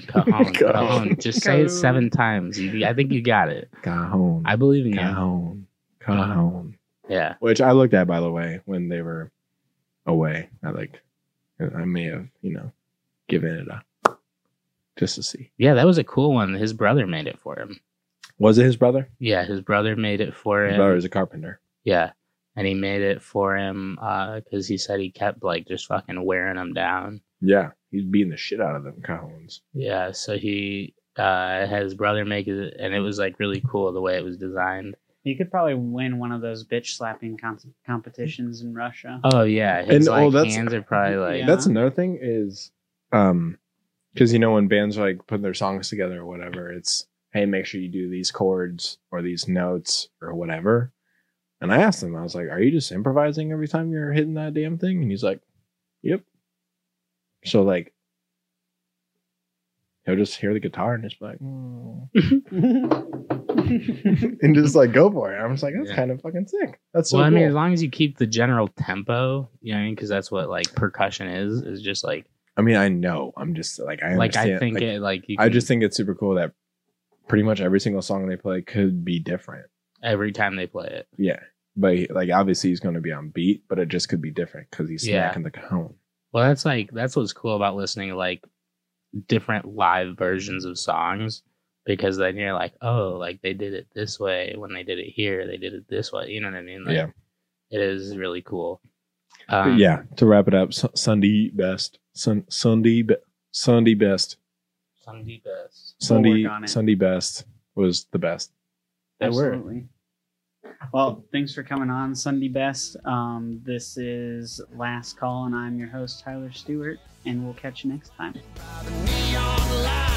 [SPEAKER 2] [LAUGHS]
[SPEAKER 8] cajon,
[SPEAKER 2] Cajon.
[SPEAKER 8] cajon. Just say
[SPEAKER 7] Cajon.
[SPEAKER 8] it seven times. You, I think you got it.
[SPEAKER 2] Cajon.
[SPEAKER 8] I believe in you.
[SPEAKER 2] Cajon. Cajon.
[SPEAKER 8] Yeah.
[SPEAKER 2] Which I looked at, by the way, when they were away. I like, I may have, you know, given it a just to see.
[SPEAKER 8] Yeah, that was a cool one. His brother made it for him.
[SPEAKER 2] Was it his brother?
[SPEAKER 8] Yeah, his brother made it for
[SPEAKER 2] His
[SPEAKER 8] him.
[SPEAKER 2] brother is a carpenter.
[SPEAKER 8] Yeah. And he made it for him because he said he kept like just fucking wearing him down.
[SPEAKER 2] Yeah. He's beating the shit out of them Cajons.
[SPEAKER 8] Yeah. So he uh, had his brother make it, and it was like really cool the way it was designed.
[SPEAKER 7] You could probably win one of those bitch slapping com- competitions in
[SPEAKER 8] [LAUGHS]
[SPEAKER 7] Russia.
[SPEAKER 8] Oh yeah,
[SPEAKER 2] And,
[SPEAKER 8] his like,
[SPEAKER 2] oh, that's-
[SPEAKER 8] hands are probably like
[SPEAKER 7] Yeah.
[SPEAKER 2] That's another thing is, um, because you know when bands are like putting their songs together or whatever, it's hey, make sure you do these chords or these notes or whatever. And I asked him, I was like, "Are you just improvising every time you're hitting that damn thing?" And he's like, "Yep." So like, he'll just hear the guitar and just be like,
[SPEAKER 8] Hmm.
[SPEAKER 2] "Mm." and just like go for it. I'm just like, that's
[SPEAKER 8] Yeah.
[SPEAKER 2] kind of fucking sick. That's so
[SPEAKER 8] well, I mean,
[SPEAKER 2] cool.
[SPEAKER 8] as long as you keep the general tempo, you know, what I mean, because that's what like percussion is. Is just like,
[SPEAKER 2] I mean, I know. I'm just like, I
[SPEAKER 8] like I
[SPEAKER 2] understand-
[SPEAKER 8] think
[SPEAKER 2] like,
[SPEAKER 8] it, like you
[SPEAKER 2] I
[SPEAKER 8] can-
[SPEAKER 2] just think it's super cool that pretty much every single song they play could be different.
[SPEAKER 8] every time they play it.
[SPEAKER 2] Yeah. But he- like obviously he's going to be on beat, but it just could be different because he's
[SPEAKER 8] Yeah.
[SPEAKER 2] smacking the cone.
[SPEAKER 8] Well, that's like that's what's cool about listening to like different live versions of songs because then you're like, oh, like they did it this way when they did it here, they did it this way. You know what I mean? Like,
[SPEAKER 2] Yeah.
[SPEAKER 8] it is really cool.
[SPEAKER 2] But
[SPEAKER 8] Um,
[SPEAKER 2] yeah. To wrap it up, Su- Sunday best, Sun Sunday be- Sunday best,
[SPEAKER 8] Sunday best.
[SPEAKER 2] Sunday
[SPEAKER 7] on it.
[SPEAKER 2] Sunday best was the best.
[SPEAKER 8] They were.
[SPEAKER 7] Absolutely. Well, thanks for coming on, Sunday Best. Um, this is Last Call, and I'm your host, Tyler Stewart, and we'll catch you next time.
[SPEAKER 1] by the neon light. Oh,